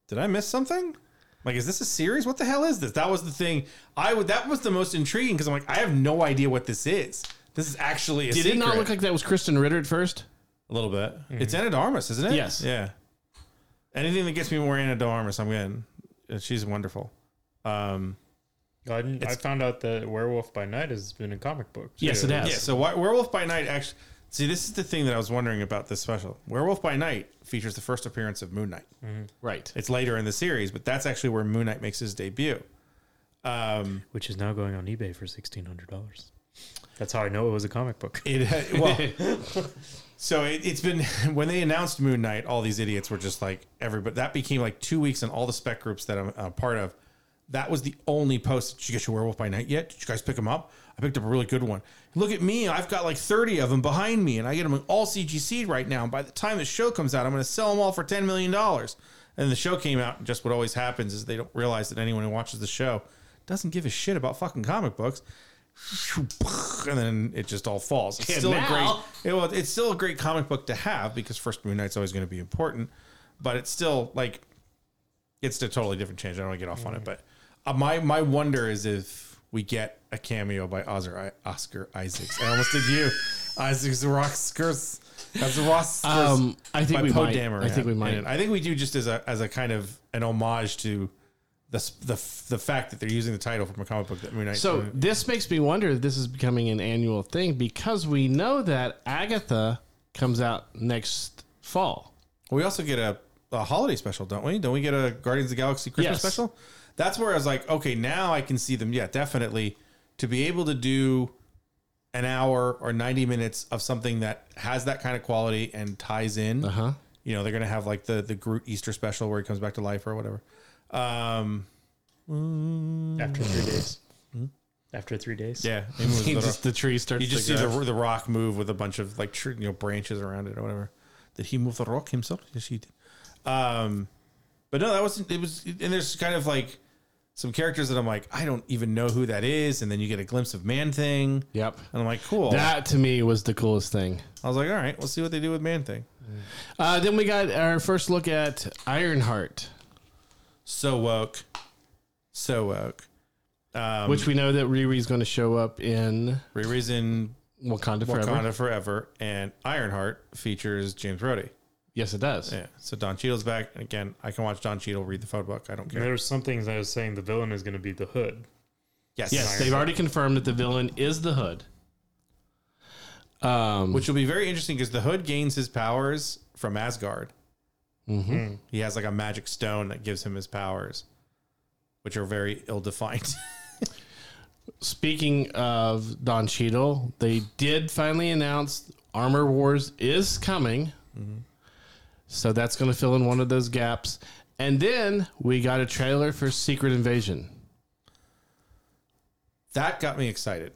did I miss something? Like, is this a series? What the hell is this? That was the thing. I would. That was the most intriguing because I'm like, I have no idea what this is. This is actually a
Did
secret.
it not look like that was Kristen Ritter at first?
A little bit. It's Anna de Armas, isn't it?
Yes.
Yeah. Anything that gets me more Anna de Armas, I'm in. Uh, She's wonderful. Um,
I, didn't- I found out that Werewolf by Night has been in comic books.
Yes,
too.
it has.
yeah. So Wi- Werewolf by Night actually. See, this is the thing that I was wondering about this special. Werewolf by Night features the first appearance of Moon Knight.
Right.
It's later in the series, but that's actually where Moon Knight makes his debut. Um,
Which is now going on eBay for sixteen hundred dollars. That's how I know it was a comic book.
it well, so it, it's been when they announced Moon Knight, all these idiots were just like everybody. That became like two weeks in all the spec groups that I'm a part of. That was the only post. Did you get your werewolf by night yet? Did you guys pick them up? I picked up a really good one. Look at me. I've got like 30 of them behind me, and I get them all CGC'd right now. And by the time the show comes out, I'm going to sell them all for $10 million. And the show came out, and just what always happens is they don't realize that anyone who watches the show doesn't give a shit about fucking comic books. And then it just all falls. It's
And
still a
now-
great it, well, it's still a great comic book to have because First Moon Knight's always going to be important, but it's still like it's a totally different change. I don't want to get off
Mm.
on it, but uh, my my wonder is if we get a cameo by Oscar, Oscar Isaacs. I almost did you, Isaacs Roskers. That's Ross.
Um, I think we might. I think we might.
I think we do just as a as a kind of an homage to the s- the f- the fact that they're using the title from a comic book that Moon Knight.
So this makes me wonder if this is becoming an annual thing because we know that Agatha comes out next fall.
We also get a, a holiday special, don't we? Don't we get a Guardians of the Galaxy Christmas
Yes.
special? That's where I was like, okay, now I can see them. Yeah, definitely. To be able to do an hour or 90 minutes of something that has that kind of quality and ties in.
Uh huh.
You know, they're going to have like the, the Groot Easter special where he comes back to life or whatever. Um,
After three days. After three days.
yeah. maybe it was the-
the tree starts.
you just
to
see
grow.
the, the rock move with a bunch of like tr- you know branches around it or whatever. Did he move the rock himself? Yes, he did. Um, but no, that wasn't. It was, and there's kind of like some characters that I'm like, I don't even know who that is, and then you get a glimpse of Man Thing,
Yep.
and I'm like, cool.
That to me was the coolest thing.
I was like, all right, we'll see what they do with Man Thing.
Uh, then we got our first look at Ironheart,
So woke, so woke. Um,
which we know that Riri's going to show up in
Riri's in
Wakanda Forever.
Wakanda forever, and Ironheart features James Brody.
Yes, it does.
Yeah, so Don Cheadle's back, and again, I can watch Don Cheadle read the photo book. I don't care.
There was some things I was saying the villain is going to be the Hood.
Yes, they've already confirmed that the villain is the Hood. Um,
which will be very interesting because the Hood gains his powers from Asgard.
mhm.
He has like a magic stone that gives him his powers, which are very ill-defined.
Speaking of Don Cheadle, they did finally announce Armor Wars is coming.
Mm-hmm.
So that's going to fill in one of those gaps. And then we got a trailer for Secret Invasion.
that got me excited.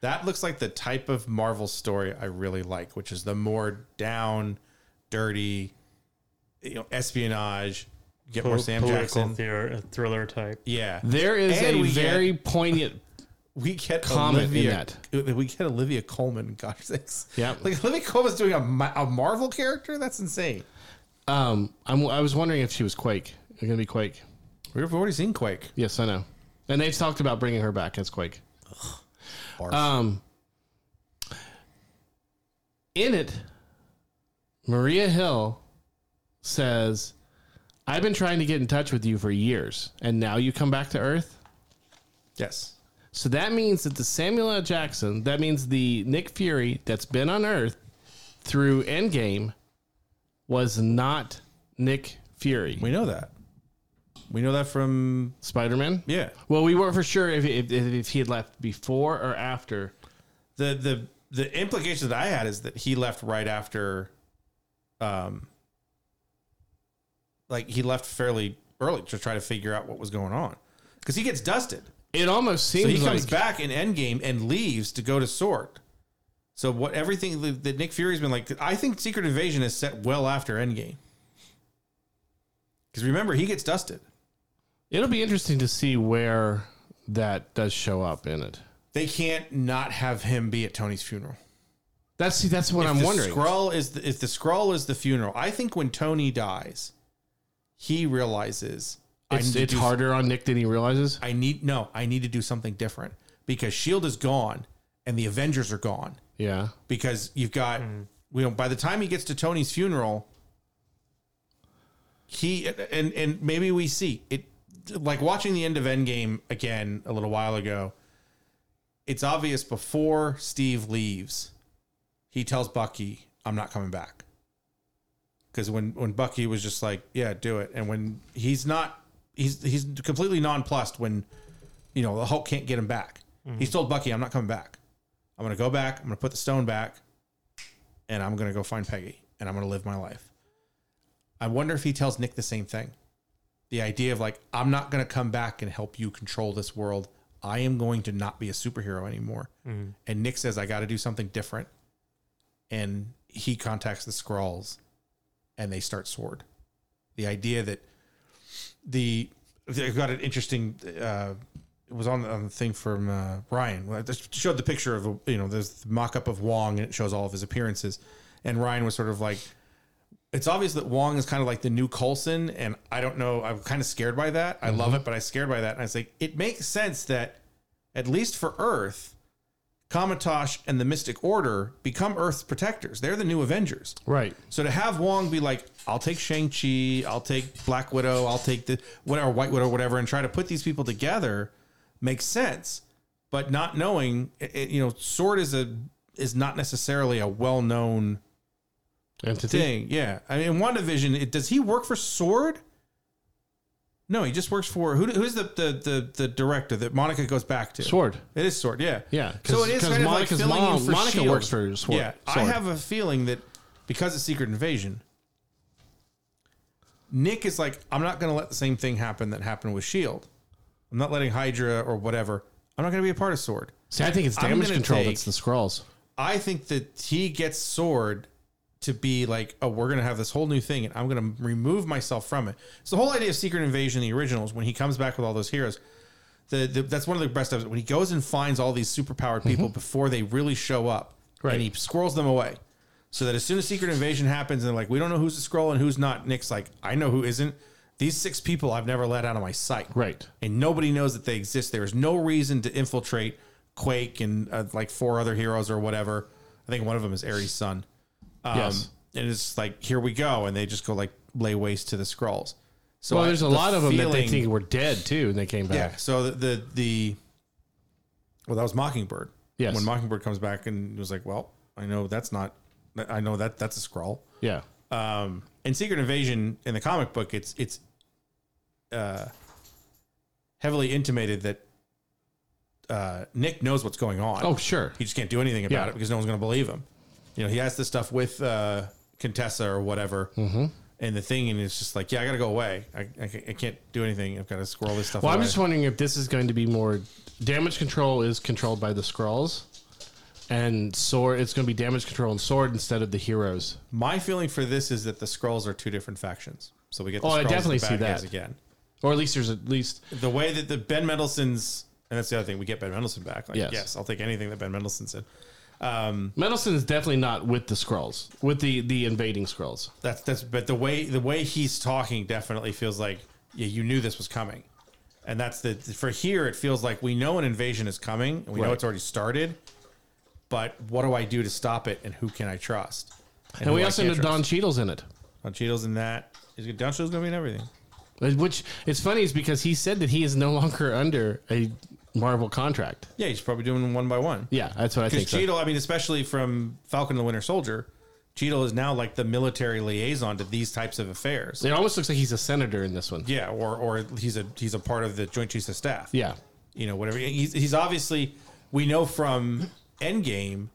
That looks like the type of Marvel story I really like, which is the more down, dirty, you know, espionage. Get more
Po-
Sam
political
Jackson.
thriller, thriller type.
Yeah,
There is
And
a
we get-
very poignant
we get
Comet in
Olivia.
that.
We get Olivia Coleman. Gosh, thanks.
Yep.
like Olivia Coleman's doing a, Ma- a Marvel character. That's insane.
Um, I'm, I was wondering if she was Quake. It's going to be Quake.
We've already seen Quake.
Yes, I know. And they've talked about bringing her back as Quake. Um, in it, Maria Hill says, I've been trying to get in touch with you for years, and now you come back to Earth?
Yes.
So that means that the Samuel L. Jackson, that means the Nick Fury that's been on Earth through Endgame was not Nick Fury.
We know that. We know that from
Spider Man?
yeah.
Well, we weren't for sure if, if, if he had left before or after.
The the the implication that I had is that he left right after um like he left fairly early to try to figure out what was going on. Cuz he gets dusted.
It almost seems
So he
like
comes back in Endgame and leaves to go to Sword. So what everything that- that Nick Fury's been like, I think Secret Invasion is set well after Endgame. Because remember, he gets dusted.
it'll be interesting to see where that does show up in it.
They can't not have him be at Tony's funeral.
That's see, that's what
If
I'm
the
wondering.
Skrull is the, if the Skrull is the funeral. I think when Tony dies, he realizes I need
it's
to
it's
do-
harder on Nick than he realizes.
I need no. I need to do something different because Shield E is gone and the Avengers are gone.
Yeah.
because you've got you know by the time he gets to Tony's funeral he and and maybe we see it like watching the end of Endgame again a little while ago it's obvious before Steve leaves he tells Bucky I'm not coming back cuz when when Bucky was just like yeah do it and when he's not he's he's completely nonplussed when you know the Hulk can't get him back he's told Bucky I'm not coming back I'm gonna go back. I'm gonna put the stone back, and I'm gonna go find Peggy, and I'm gonna live my life. I wonder if he tells Nick the same thing. The idea of like, I'm not gonna come back and help you control this world. I am going to not be a superhero anymore. And Nick says, I got to do something different. And he contacts the Skrulls, and they start Sword. The idea that the they've got an interesting. Uh, it was on the, on the thing from uh, Ryan. Well, I just showed the picture of you know there's the mock-up of Wong and it shows all of his appearances, and Ryan was sort of like, it's obvious that Wong is kind of like the new Colson, and I don't know. I'm kind of scared by that. I love it, but I scared by that. And I was like, it makes sense that at least for Earth, Kamatosh and the Mystic Order become Earth's protectors. They're the new Avengers.
Right.
So to have Wong be like, I'll take Shang Chi, I'll take Black Widow, I'll take the whatever White Widow, whatever, and try to put these people together makes sense. But not knowing, it, it- you know, Sword is a is not necessarily a well known
Entity.
thing. Yeah, I mean, in WandaVision, it, does he work for Sword? No, he just works for who, who's the, the the the director that Monica goes back to.
Sword.
It is Sword. Yeah.
Yeah,
So
'cause-
it is
'cause
kind of like
Monica's
filling
mom-
in for
Monica
Shield.
works for Sword.
Yeah, I
Sword.
have a feeling that because of Secret Invasion, Nick is like, I'm not going to let the same thing happen that happened with Shield. E I'm not letting Hydra or whatever. I'm not going to be a part of Sword.
See, I think it's
I'm
damage
gonna
control
take-
that's the Skrulls.
I think that he gets sword to be like, oh, we're gonna have this whole new thing, and I'm gonna remove myself from it. So the whole idea of Secret Invasion, the originals, when he comes back with all those heroes, the, the that's one of the best of it. When he goes and finds all these superpowered people before they really show up,
Right.
and he squirrels them away, so that as soon as Secret Invasion happens, and they're like, we don't know who's a scroll and who's not. Nick's like, I know who isn't. These six people I've never let out of my sight
Right.
and nobody knows that they exist. There is no reason to infiltrate Quake and uh, like four other heroes or whatever. I think one of them is Ares' son. Um,
Yes.
And it's like, here we go. And they just go like lay waste to the scrolls. So
Well,
I-
there's a
the
lot of them that they
feeling-
think were dead too, and they came back.
yeah. So the, the the well, that was Mockingbird.
Yes.
When Mockingbird comes back and was like, well, I know that's not. I know that that's a scroll.
Yeah.
Um, in Secret Invasion, in the comic book, it's it's uh, heavily intimated that uh, Nick knows what's going on.
Oh, sure.
He just can't do anything about
Yeah.
it because no one's going to believe him. You know, he has this stuff with uh, Contessa or whatever,
Mm-hmm.
and the thing, and it's just like, yeah, I got to go away. I, I, ca- I can't do anything. I've got to squirrel this stuff.
Well, I'm
away.
just wondering if this is going to be more damage control is controlled by the Skrulls, and sword it's going to be damage control and sword instead of the heroes.
My feeling for this is that the scrolls are two different factions. So we get. The
Oh, I
Skrulls and
definitely
the
see
bad guys
that.
again.
Or at least there's at least
the way that the Ben Mendelsohn's and that's the other thing we get Ben Mendelsohn back. Like,
Yes.
yes. I'll take anything that Ben Mendelsohn said.
Medelson is definitely not with the Skrulls, with the the invading Skrulls.
That's that's but the way the way he's talking definitely feels like yeah you knew this was coming, and that's the for here it feels like we know an invasion is coming and we know
Right.
it's already started, but what do I do to stop it and who can I trust?
And,
who
we
I
also know
can't
Don
trust.
Cheadle's in it,
Don Cheadle's in that. He's Don Cheadle's gonna be in everything.
which it's funny is because he said that he is no longer under a Marvel contract.
Yeah, he's probably doing them one by one.
Yeah, that's what I think.
Because
So.
Cheadle, I mean, especially from Falcon and the Winter Soldier, Cheadle is now like the military liaison to these types of affairs.
It almost looks like he's a senator in this one.
Yeah, or or he's a he's a part of the Joint Chiefs of Staff.
Yeah.
you know whatever. He's, he's obviously we know from Endgame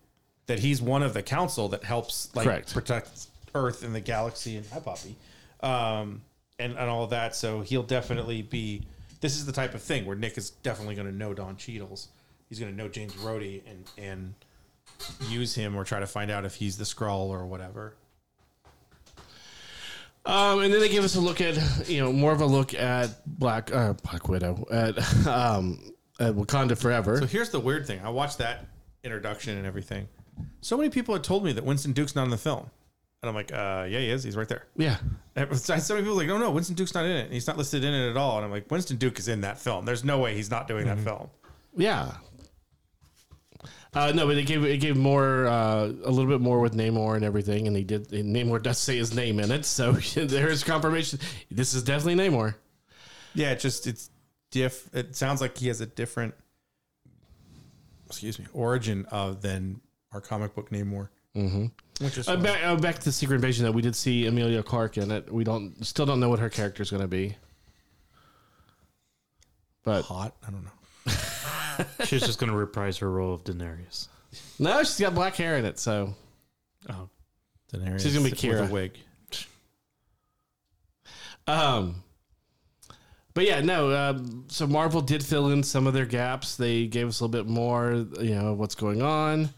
that he's one of the council that helps like
Correct.
protect Earth and the galaxy and hi Poppy, um, and and all of that. So he'll definitely be. This is the type of thing where Nick is definitely going to know Don Cheadle's. He's going to know James Rhodey and and use him or try to find out if he's the Skrull or whatever.
Um, and then they give us a look at, you know, more of a look at Black uh, Black Widow at um, at Wakanda Forever.
So here's the weird thing. I watched that introduction and everything. So many people had told me that Winston Duke's not in the film. And I'm like, uh, yeah, he is. He's right there.
yeah.
And So so many people were like, no, no, Winston Duke's not in it. He's not listed in it at all. And I'm like, Winston Duke is in that film. There's no way he's not doing that film.
Yeah. Uh, no, but it gave it gave more uh, a little bit more with Namor and everything, and he did. And Namor does say his name in it, so there's confirmation. This is definitely Namor.
Yeah, it just it's diff. It sounds like he has a different, excuse me, origin of than our comic book name more. Mm-hmm. Which is
Uh,
fine.
back, uh, back to the Secret Invasion though, we did see Amelia Clark in it. We don't still don't know what her character is going to be, but
hot. I don't know.
She's just gonna reprise her role of Daenerys.
no, she's got black hair in it, so
Oh,
Daenerys
She's gonna be
with
Kira.
a wig.
Um, but yeah, no. Um, so Marvel did fill in some of their gaps. They gave us a little bit more, you know, what's going on.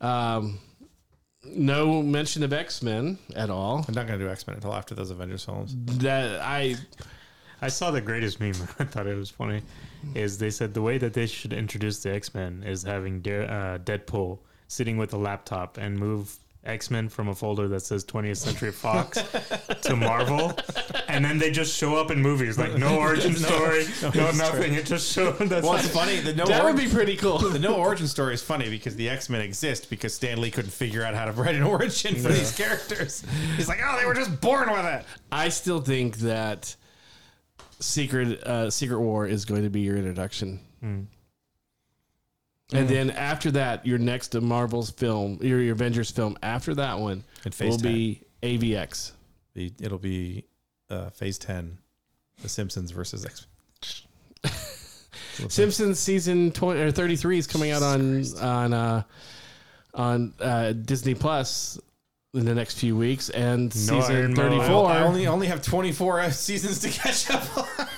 Um, no mention of X Men at all.
I'm not gonna do X Men until after those Avengers films.
That I
I saw the greatest meme. I thought it was funny. Is they said the way that they should introduce the X Men is having Dare, uh, Deadpool sitting with a laptop and move X Men from a folder that says 20th Century Fox to Marvel, and then they just show up in movies like no origin story, no, nothing. It just showed that's
Well, it's funny. The no
that
origin-
would be pretty cool.
The no origin story is funny because the X Men exist because Stan Lee couldn't figure out how to write an origin for these characters. He's like, oh, they were just born with it.
I still think that Secret uh, Secret War is going to be your introduction. And then after that, your next Marvel's film, your, your Avengers film after that one
And phase
will be AVX.
The- It'll be uh, Phase Ten, The Simpsons versus X.
Simpsons season 20, or 33 is coming out on on uh, on uh, Disney Plus in the next few weeks, and season
Iron Man.
34.
I only only have 24 seasons to catch up. on.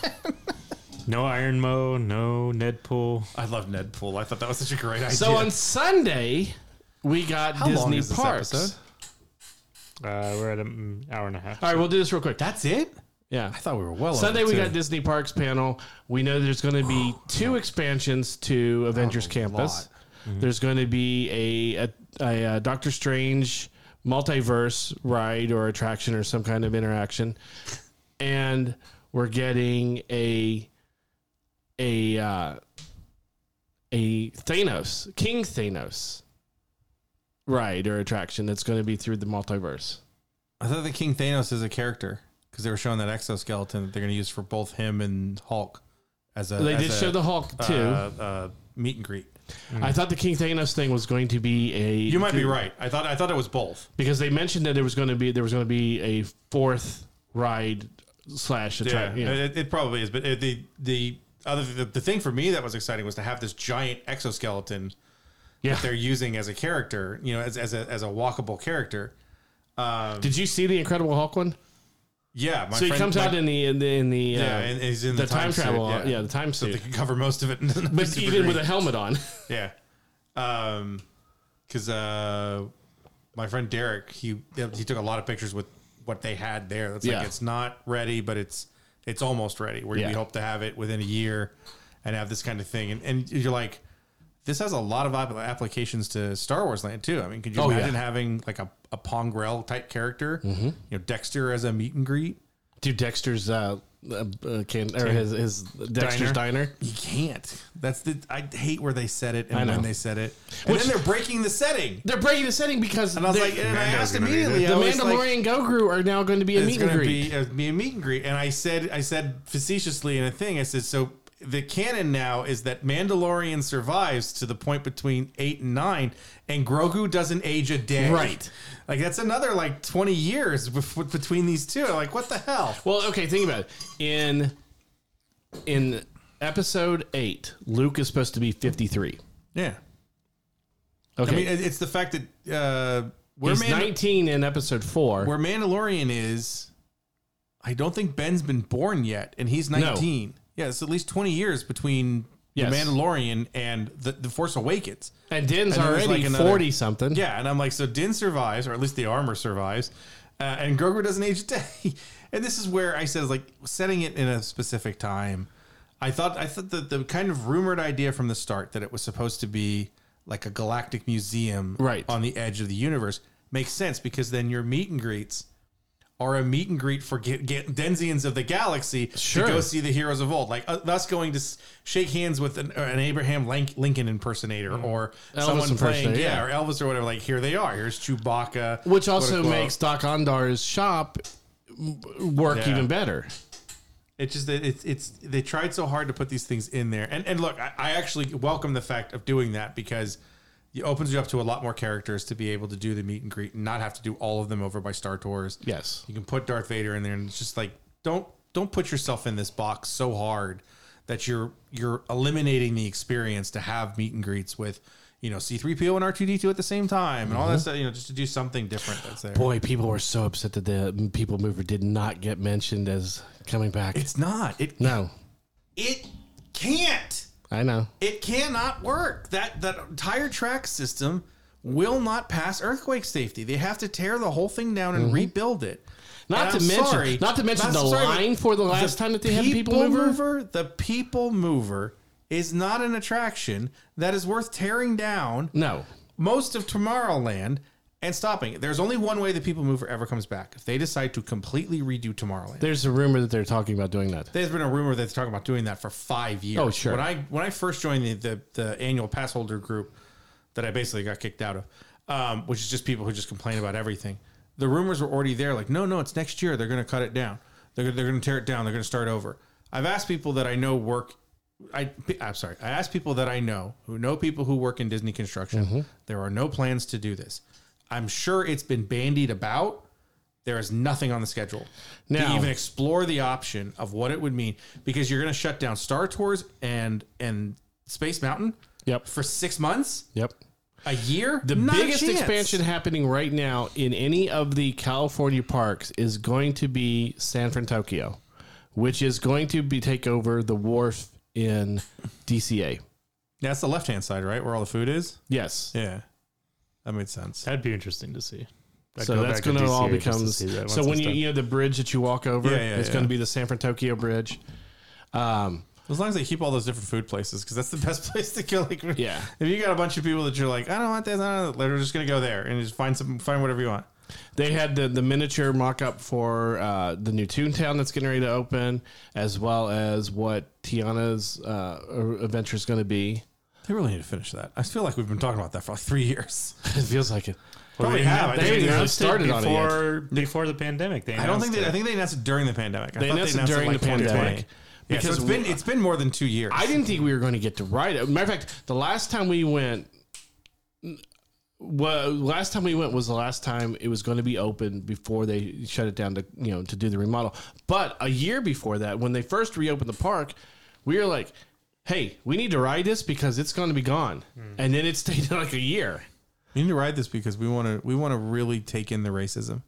no Iron Mo, no Deadpool.
I love Ned Pool. I thought that was such a great idea.
so on Sunday, we got
long
Disney
is this
Parks.
episode?
Uh, we're at an hour and a half.
All right, we'll do this real quick.
that's it.
Yeah.
I thought we were well. over
Sunday we
two.
got Disney Parks panel. We know there's going to be two expansions to Avengers Campus. Mm-hmm. There's going to be a, a, a, uh Doctor Strange multiverse ride or attraction or some kind of interaction, and we're getting a a uh, a Thanos King Thanos ride or attraction that's going to be through the multiverse.
I thought the King Thanos is a character because they were showing that exoskeleton that they're going to use for both him and Hulk. As a,
They
as
did
a,
show the Hulk too.
uh, uh, meet and greet.
I thought the King Thanos thing was going to be a.
You might be right. I thought I thought it was both.
because they mentioned that there was going to be there was going to be a fourth ride slash
Yeah,
attraction. Yeah.
It, it probably is. But it, the the other the, the thing for me that was exciting was to have this giant exoskeleton
Yeah.
they're using as a character. You know, as as a as a walkable character.
Did you see the Incredible Hulk one?
Yeah, my
So he
friend-
comes
my-
out in the in the in the, uh,
yeah, and he's in
the,
the,
time,
suit,
travel. yeah. the time
so they
suit.
can cover most of it. in the
But
super
even
green.
with a helmet on,
Yeah. Um, cause, uh, my friend Derek, he, he took a lot of pictures with what they had there. That's
Yeah.
like, it's not ready, but it's, it's almost ready where
Yeah.
we hope to have it within a year and have this kind of thing. And, and you're like, this has a lot of app- applications to Star Wars land too. I mean, could you
Oh, yeah. Mm-hmm.
imagine having like a, a Pongrel type character, you know, Dexter as a meet and greet?
dude, Dexter's uh, uh, uh, can or his his Dexter's diner.
You can't. That's the, I hate where they said it
I
and
know.
when they said it. And
Which-
then they're breaking the setting.
They're breaking the setting because
And I was
they're-
like, and I
Mando's
asked
gonna be
immediately.
the
I was like,
Mandalorian Goku are now going to be a
it's
meet and
going to
greet.
be, uh, be a meet and greet. And I said, I said facetiously in a thing, I said, so the canon now is that Mandalorian survives to the point between eight and nine, and Grogu doesn't age a day.
Right.
Like that's another like twenty years bef- between these two. Like what the hell?
Well, okay, think about it. In in episode eight, Luke is supposed to be fifty three.
Yeah.
Okay,
I mean, it- it's the fact that uh, where
he's
Mandal-
nineteen in episode four.
where Mandalorian is, I don't think Ben's been born yet, and he's
No.
nineteen. Yeah, it's at least twenty years between
Yes.
the Mandalorian and the, the Force Awakens.
and Din's
and there was
already
like another-
forty something.
Yeah, and I'm like, so Din survives, or at least the armor survives, uh, and Grogu doesn't age a day. And this is where I says like setting it in a specific time. I thought I thought that the kind of rumored idea from the start that it was supposed to be like a galactic museum
Right.
on the edge of the universe makes sense because then your meet and greets are a meet and greet for get, get Denzians of the galaxy
Sure.
to go see the heroes of old, like uh, us going to s- shake hands with an, uh, an Abraham Lank- Lincoln impersonator or someone playing,
Mm. impersonator,
yeah,
yeah.
or Elvis or whatever. Like here they are. Here's Chewbacca,
which also
Quote-unquote.
makes Doc Ondar's shop work
Yeah.
even better.
It's just that it's it's they tried so hard to put these things in there, and and look, I, I actually welcome the fact of doing that because it opens you up to a lot more characters to be able to do the meet and greet and not have to do all of them over by Star Tours.
Yes.
you can put Darth Vader in there, and it's just like don't don't put yourself in this box so hard that you're you're eliminating the experience to have meet and greets with you know C3PO and R2D2 at the same time and all that stuff. You know, just to do something different. That's there.
Mm-hmm. Boy, people were so upset that the People Mover did not get mentioned as coming back.
It's not. It
no,
it can't.
I know.
It cannot work. That that entire track system will not pass earthquake safety. They have to tear the whole thing down and rebuild it.
Mm-hmm. Not
And
to
I'm
mention-
sorry-
not to mention
I'm
the
but
line for the last time that they had People Mover?
The people mover is not an attraction that is worth tearing down
No,
most of Tomorrowland and stopping it. There's only one way the people mover ever comes back if they decide to completely redo Tomorrowland.
there's a rumor that they're talking about doing that.
There's been a rumor that they're talking about doing that for five years.
Oh, sure.
When I when I first joined the the, the annual pass holder group that I basically got kicked out of, um, which is just people who just complain about everything. The rumors were already there. Like, no, no, it's next year. They're going to cut it down. They're gonna- they're going to tear it down. They're going to start over. I've asked people that I know work. I I'm sorry. I asked people that I know who know people who work in Disney construction.
Mm-hmm.
There are no plans to do this. I'm sure it's been bandied about. There is nothing on the schedule
Now-
to even explore the option of what it would mean because you're going to shut down Star Tours and and Space Mountain
Yep.
for six months,
Yep.
a year.
The
Not a
biggest
chance.
expansion happening right now in any of the California parks is going to be San Fran Tokyo, which is going to be take over the wharf in DCA.
That's the left hand side, right, where all the food is.
Yes.
Yeah, that made sense.
That'd be interesting to see. I'd
So
go
that's
back to
going to all
DCA just to
become.
see that
So
once
when
it's
you
done.
you know the bridge that you walk over,
Yeah, yeah,
it's
yeah.
going to be the San Fran Tokyo Bridge. Um,
As long as they keep all those different food places, because that's the best place to go. Like,
Yeah.
if you got a bunch of people that you're like, I don't want this, I don't want that, they're just gonna go there and just find some, find whatever you want.
They had the, the miniature mock up for uh, the new Toontown that's getting ready to open, as well as what Tiana's uh, adventure is going to be.
They really need to finish that. I feel like we've been talking about that for like three years.
it feels like it.
Probably
Well,
have. I
they
think
they
they-
announced it
started
on it yet.
before before the pandemic. They
I don't think
announced
they.
it.
I think they announced it during the pandemic. I
They
thought
announced it during the
2020.
pandemic.
Yeah, so
Because
it's been it's been more than two years.
I didn't think we were going to get to ride it. Matter of fact, the last time we went, well, last time we went was the last time it was going to be open before they shut it down to you know to do the remodel. But a year before that, when they first reopened the park, we were like, "Hey, we need to ride this because it's going to be gone." And then it stayed like a year.
we need to ride this because we want to we want to really take in the racism.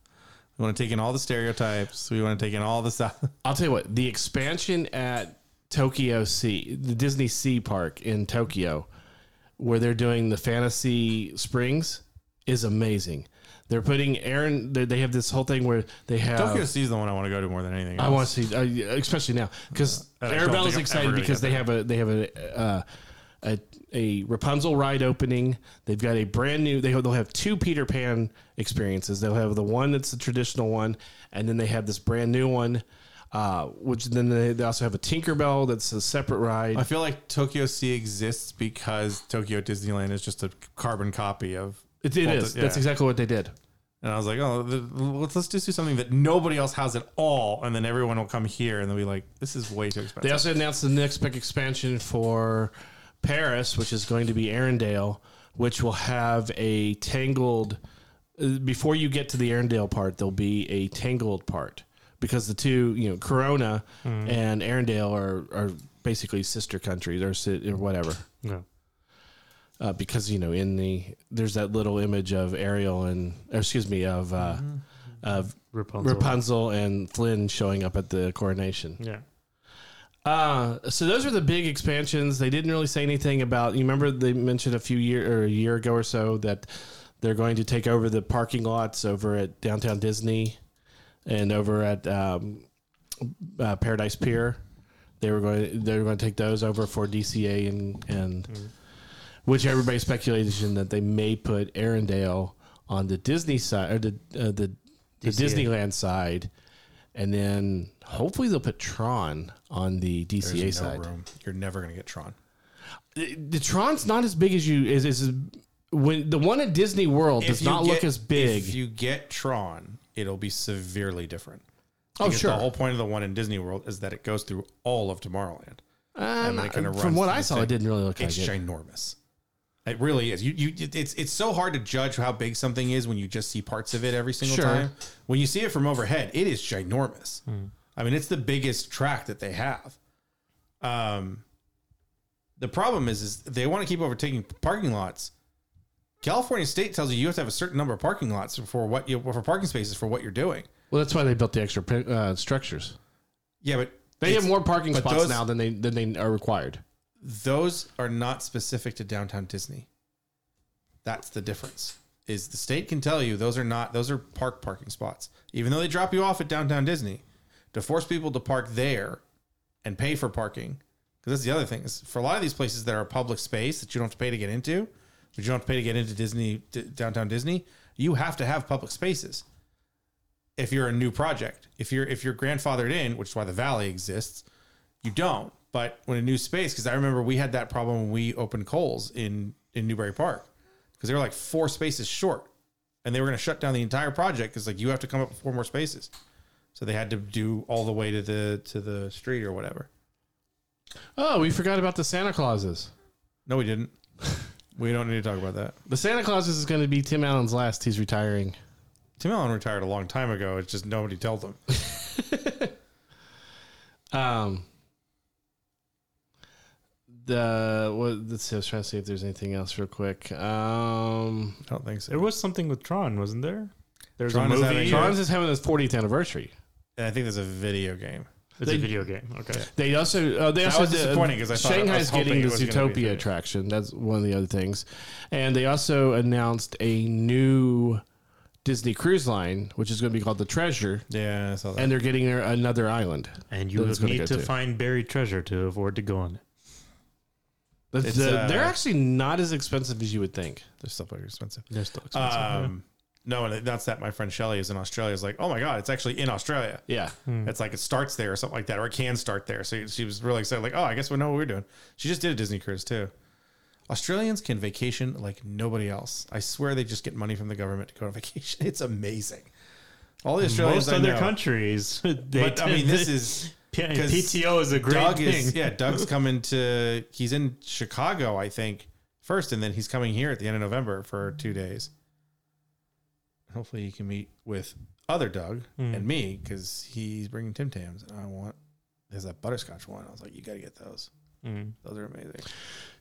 We want to take in all the stereotypes. We want to take in all the stuff.
I'll tell you what, the expansion at Tokyo Sea, the Disney Sea Park in Tokyo, where they're doing the Fantasy Springs, is amazing. They're putting Aaron. They they have this whole thing where they have.
Tokyo Sea is the one I want to go to more than anything. Else.
I want to see, uh, especially now, because
I don't
Arabella's
think I'm
excited
ever gonna
because
get
they have a they have a, uh, a a Rapunzel ride opening. They've got a brand new. They they'll have two Peter Pan experiences. They'll have the one that's the traditional one, and then they have this brand new one. Uh, which then they, they also have a Tinkerbell that's a separate ride.
I feel like Tokyo Sea exists because Tokyo Disneyland is just a carbon copy of.
It, it
Well,
is.
yeah.
That's exactly what they did.
And I was like, oh, th- let's let's just do something that nobody else has at all, and then everyone will come here and they'll be like, this is way too expensive.
They also announced the next big expansion for Paris, which is going to be Arendelle, which will have a tangled. uh, Before you get to the Arendelle part, there'll be a tangled part because the two, you know, Corona and Arendelle are, are basically sister countries or, si- or whatever.
No.
Uh, because you know, in the there's that little image of Ariel and or excuse me of uh, of
Rapunzel.
Rapunzel and Flynn showing up at the coronation.
Yeah.
Uh, so those were the big expansions. They didn't really say anything about. You remember they mentioned a few year or a year ago or so that they're going to take over the parking lots over at downtown Disney and over at um, uh, Paradise Pier. They were going. They were going to take those over for DCA and and
Mm-hmm.
which everybody speculation that they may put Arendelle on the Disney side or the uh, the, the
DCA.
Disneyland side, and then hopefully they'll put Tron on the DCA
There's no
side.
room. You're never gonna get Tron.
The, the Tron's not as big as you is is when the one at Disney World does
If you
not look
get-
as big.
If you get Tron, it'll be severely different.
oh
Because
sure,
The whole point of the one in Disney World is that it goes through all of Tomorrowland.
Um,
and it kinda
from
runs
what
through
I
the
saw,
thing.
it didn't really look
It's
like it.
ginormous. It really is. You, you, it's it's so hard to judge how big something is when you just see parts of it every single
Sure.
time. When you see it from overhead, it is ginormous.
Hmm.
I mean, it's the biggest track that they have. Um, the problem is, is they want to keep overtaking parking lots. California state tells you you have to have a certain number of parking lots for what you for parking spaces for what you're doing.
Well, that's why they built the extra uh, structures.
Yeah, but
They
it's-
have more parking
but
spots
those-
now than they than they are required.
those are not specific to downtown Disney. That's the difference. Is the state can tell you those are not those are park parking spots. Even though they drop you off at downtown Disney, to force people to park there and pay for parking. Because that's the other thing is for a lot of these places that are public space that you don't have to pay to get into, but you don't have to pay to get into Disney d- downtown Disney. You have to have public spaces. If you're a new project, if you're if you're grandfathered in, which is why the Valley exists, you don't. But when a new space, because I remember we had that problem when we opened Coles in in Newberry Park, because they were like four spaces short, and they were going to shut down the entire project because like you have to come up with four more spaces, so they had to do all the way to the to the street or whatever.
Oh, we forgot about the Santa Clauses.
No, we didn't. we don't need to talk about that.
The Santa Clauses is going to be Tim Allen's last. He's retiring.
Tim Allen retired a long time ago. It's just nobody told them.
Um, the what? Let's see. I was trying to see if there's anything else real quick. Um,
I don't think so.
There was something with Tron, wasn't there? There's
Tron
a
is
movie.
having-
Tron's is having his 40th anniversary.
And I think there's a video game.
It's
They-
a video game. Okay.
They also uh, they also
was
did-
disappointing 'cause I thought- I was
Shanghai's
hoping
getting
it
the
was gonna be
Zootopia
there.
attraction. That's one of the other things, and they also announced a new Disney cruise line, which is going to be called the Treasure,
Yeah, I saw that.
and they're getting their, another island.
And you
That
would
it's gonna
need
go
to
to.
find buried treasure to afford to go on it.
That's
It's,
the-
uh,
they're actually not as expensive as you would think.
They're still pretty expensive.
They're still expensive.
Um, no, and that's that. My friend Shelly is in Australia. Is like, oh my god, it's actually in Australia.
Yeah,
Mm-hmm.
It's like it starts there or something like that, or it can start there. So she was really excited, like, oh, I guess we know what we're doing. She just did a Disney cruise too. Australians can vacation like nobody else. I swear they just get money from the government to go on vacation. It's amazing. All the Australians
Most
I
other
know-
countries, they
but I
tend
mean, this
to-
is
P-
'cause
PTO is a great
Doug
thing.
is yeah. Doug's coming to he's in Chicago, I think, first, and then he's coming here at the end of November for two days. Hopefully, you can meet with other Doug
Hmm.
and me because he's bringing Tim Tams, and I want there's that butterscotch one. I was like, you got to get those.
Mm.
Those are amazing.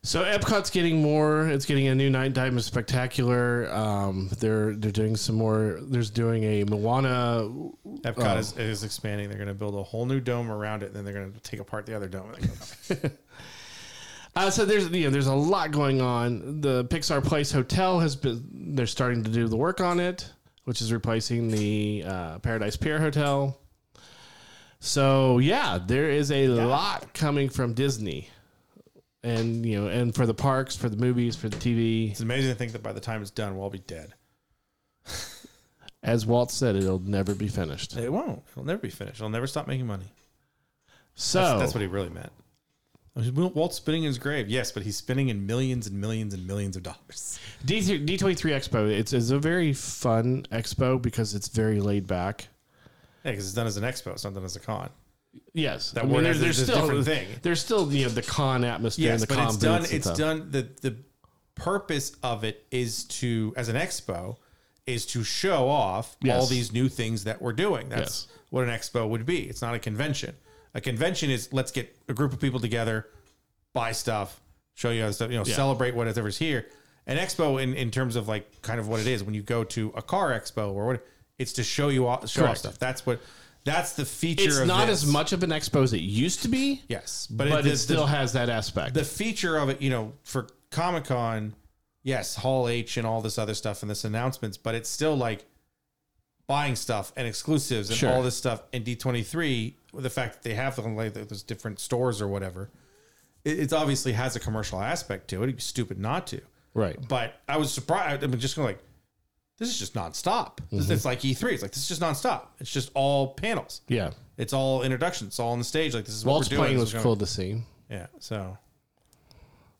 So Epcot's getting more. It's getting a new night diamond spectacular. Um, they're they're doing some more. There's doing a Moana.
Epcot
Oh.
is, is expanding. They're going to build a whole new dome around it, and then they're going to take apart the other dome. And then go-
Uh, so there's you know there's a lot going on. The Pixar Place Hotel has been. They're starting to do the work on it, which is replacing the uh, Paradise Pier Hotel. So yeah, there is a lot coming from Disney, and you know, and for the parks, for the movies, for the TV.
it's amazing to think that by the time it's done, we'll all be dead.
As Walt said, it'll never be finished.
It won't. It'll never be finished. It'll never stop making money.
So
That's, that's what he really meant. I said, "Walt- Walt's spinning in his grave. Yes, but he's spinning in millions and millions and millions of dollars.
D D twenty three Expo. It's it's a very fun expo because it's very laid back.
Yeah, because it's done as an expo, it's not done as a con.
Yes,
That word has- is a different thing.
There's still you know the con atmosphere
Yes,
and the
but
con
it's done.
booths and
It's
stuff.
done. The the purpose of it is to, as an expo, is to show off all
Yes.
these new things that we're doing. That's
Yes.
what an expo would be. It's not a convention. A convention is let's get a group of people together, buy stuff, show you how stuff, you know, celebrate whatever's here. An expo in, in terms of like kind of what it is when you go to a car expo or what it's to show you all show off
Correct.
stuff. That's what that's the feature.
It's
of
not
this.
as much of an expo as it used to be.
Yes,
but, it,
the- the-
still has that aspect.
the feature of it, you know, for Comic Con, yes, Hall H and all this other stuff and this announcements, but it's still like buying stuff and exclusives and
Sure.
all this stuff. And D23, with the fact that they have like those different stores or whatever, it, it obviously has a commercial aspect to it. It'd be stupid not to.
right.
But I was surprised. I'm just going like, this is just nonstop.
Mm-hmm.
This It's like E3. It's like this is just nonstop. It's just all panels.
Yeah.
It's all introductions. It's all on the stage. Like this is what
Walt's
we're doing.
playing
This
was
is gonna-
cool to see.
Yeah. So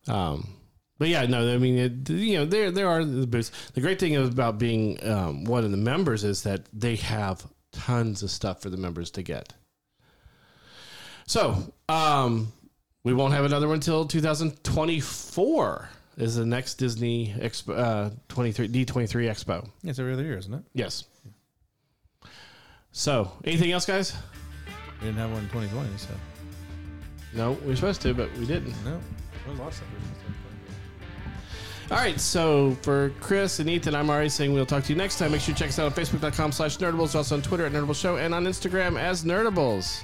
Um, but yeah, no, I mean, it, you know, there there are the booths. The great thing about being um, one of the members is that they have tons of stuff for the members to get. So um, we won't have another one until 2024 is the next Disney Expo, uh, 23 D23 Expo.
it's every other year, isn't it?
Yes. So anything else, guys?
We didn't have one in 2020, so
No, we were supposed to, but we didn't.
no.
All right, so for Chris and Ethan, I'm already saying we'll talk to you next time. Make sure you check us out on Facebook.com slash Nerdables, also on Twitter at Nerdables Show, and on Instagram as Nerdables.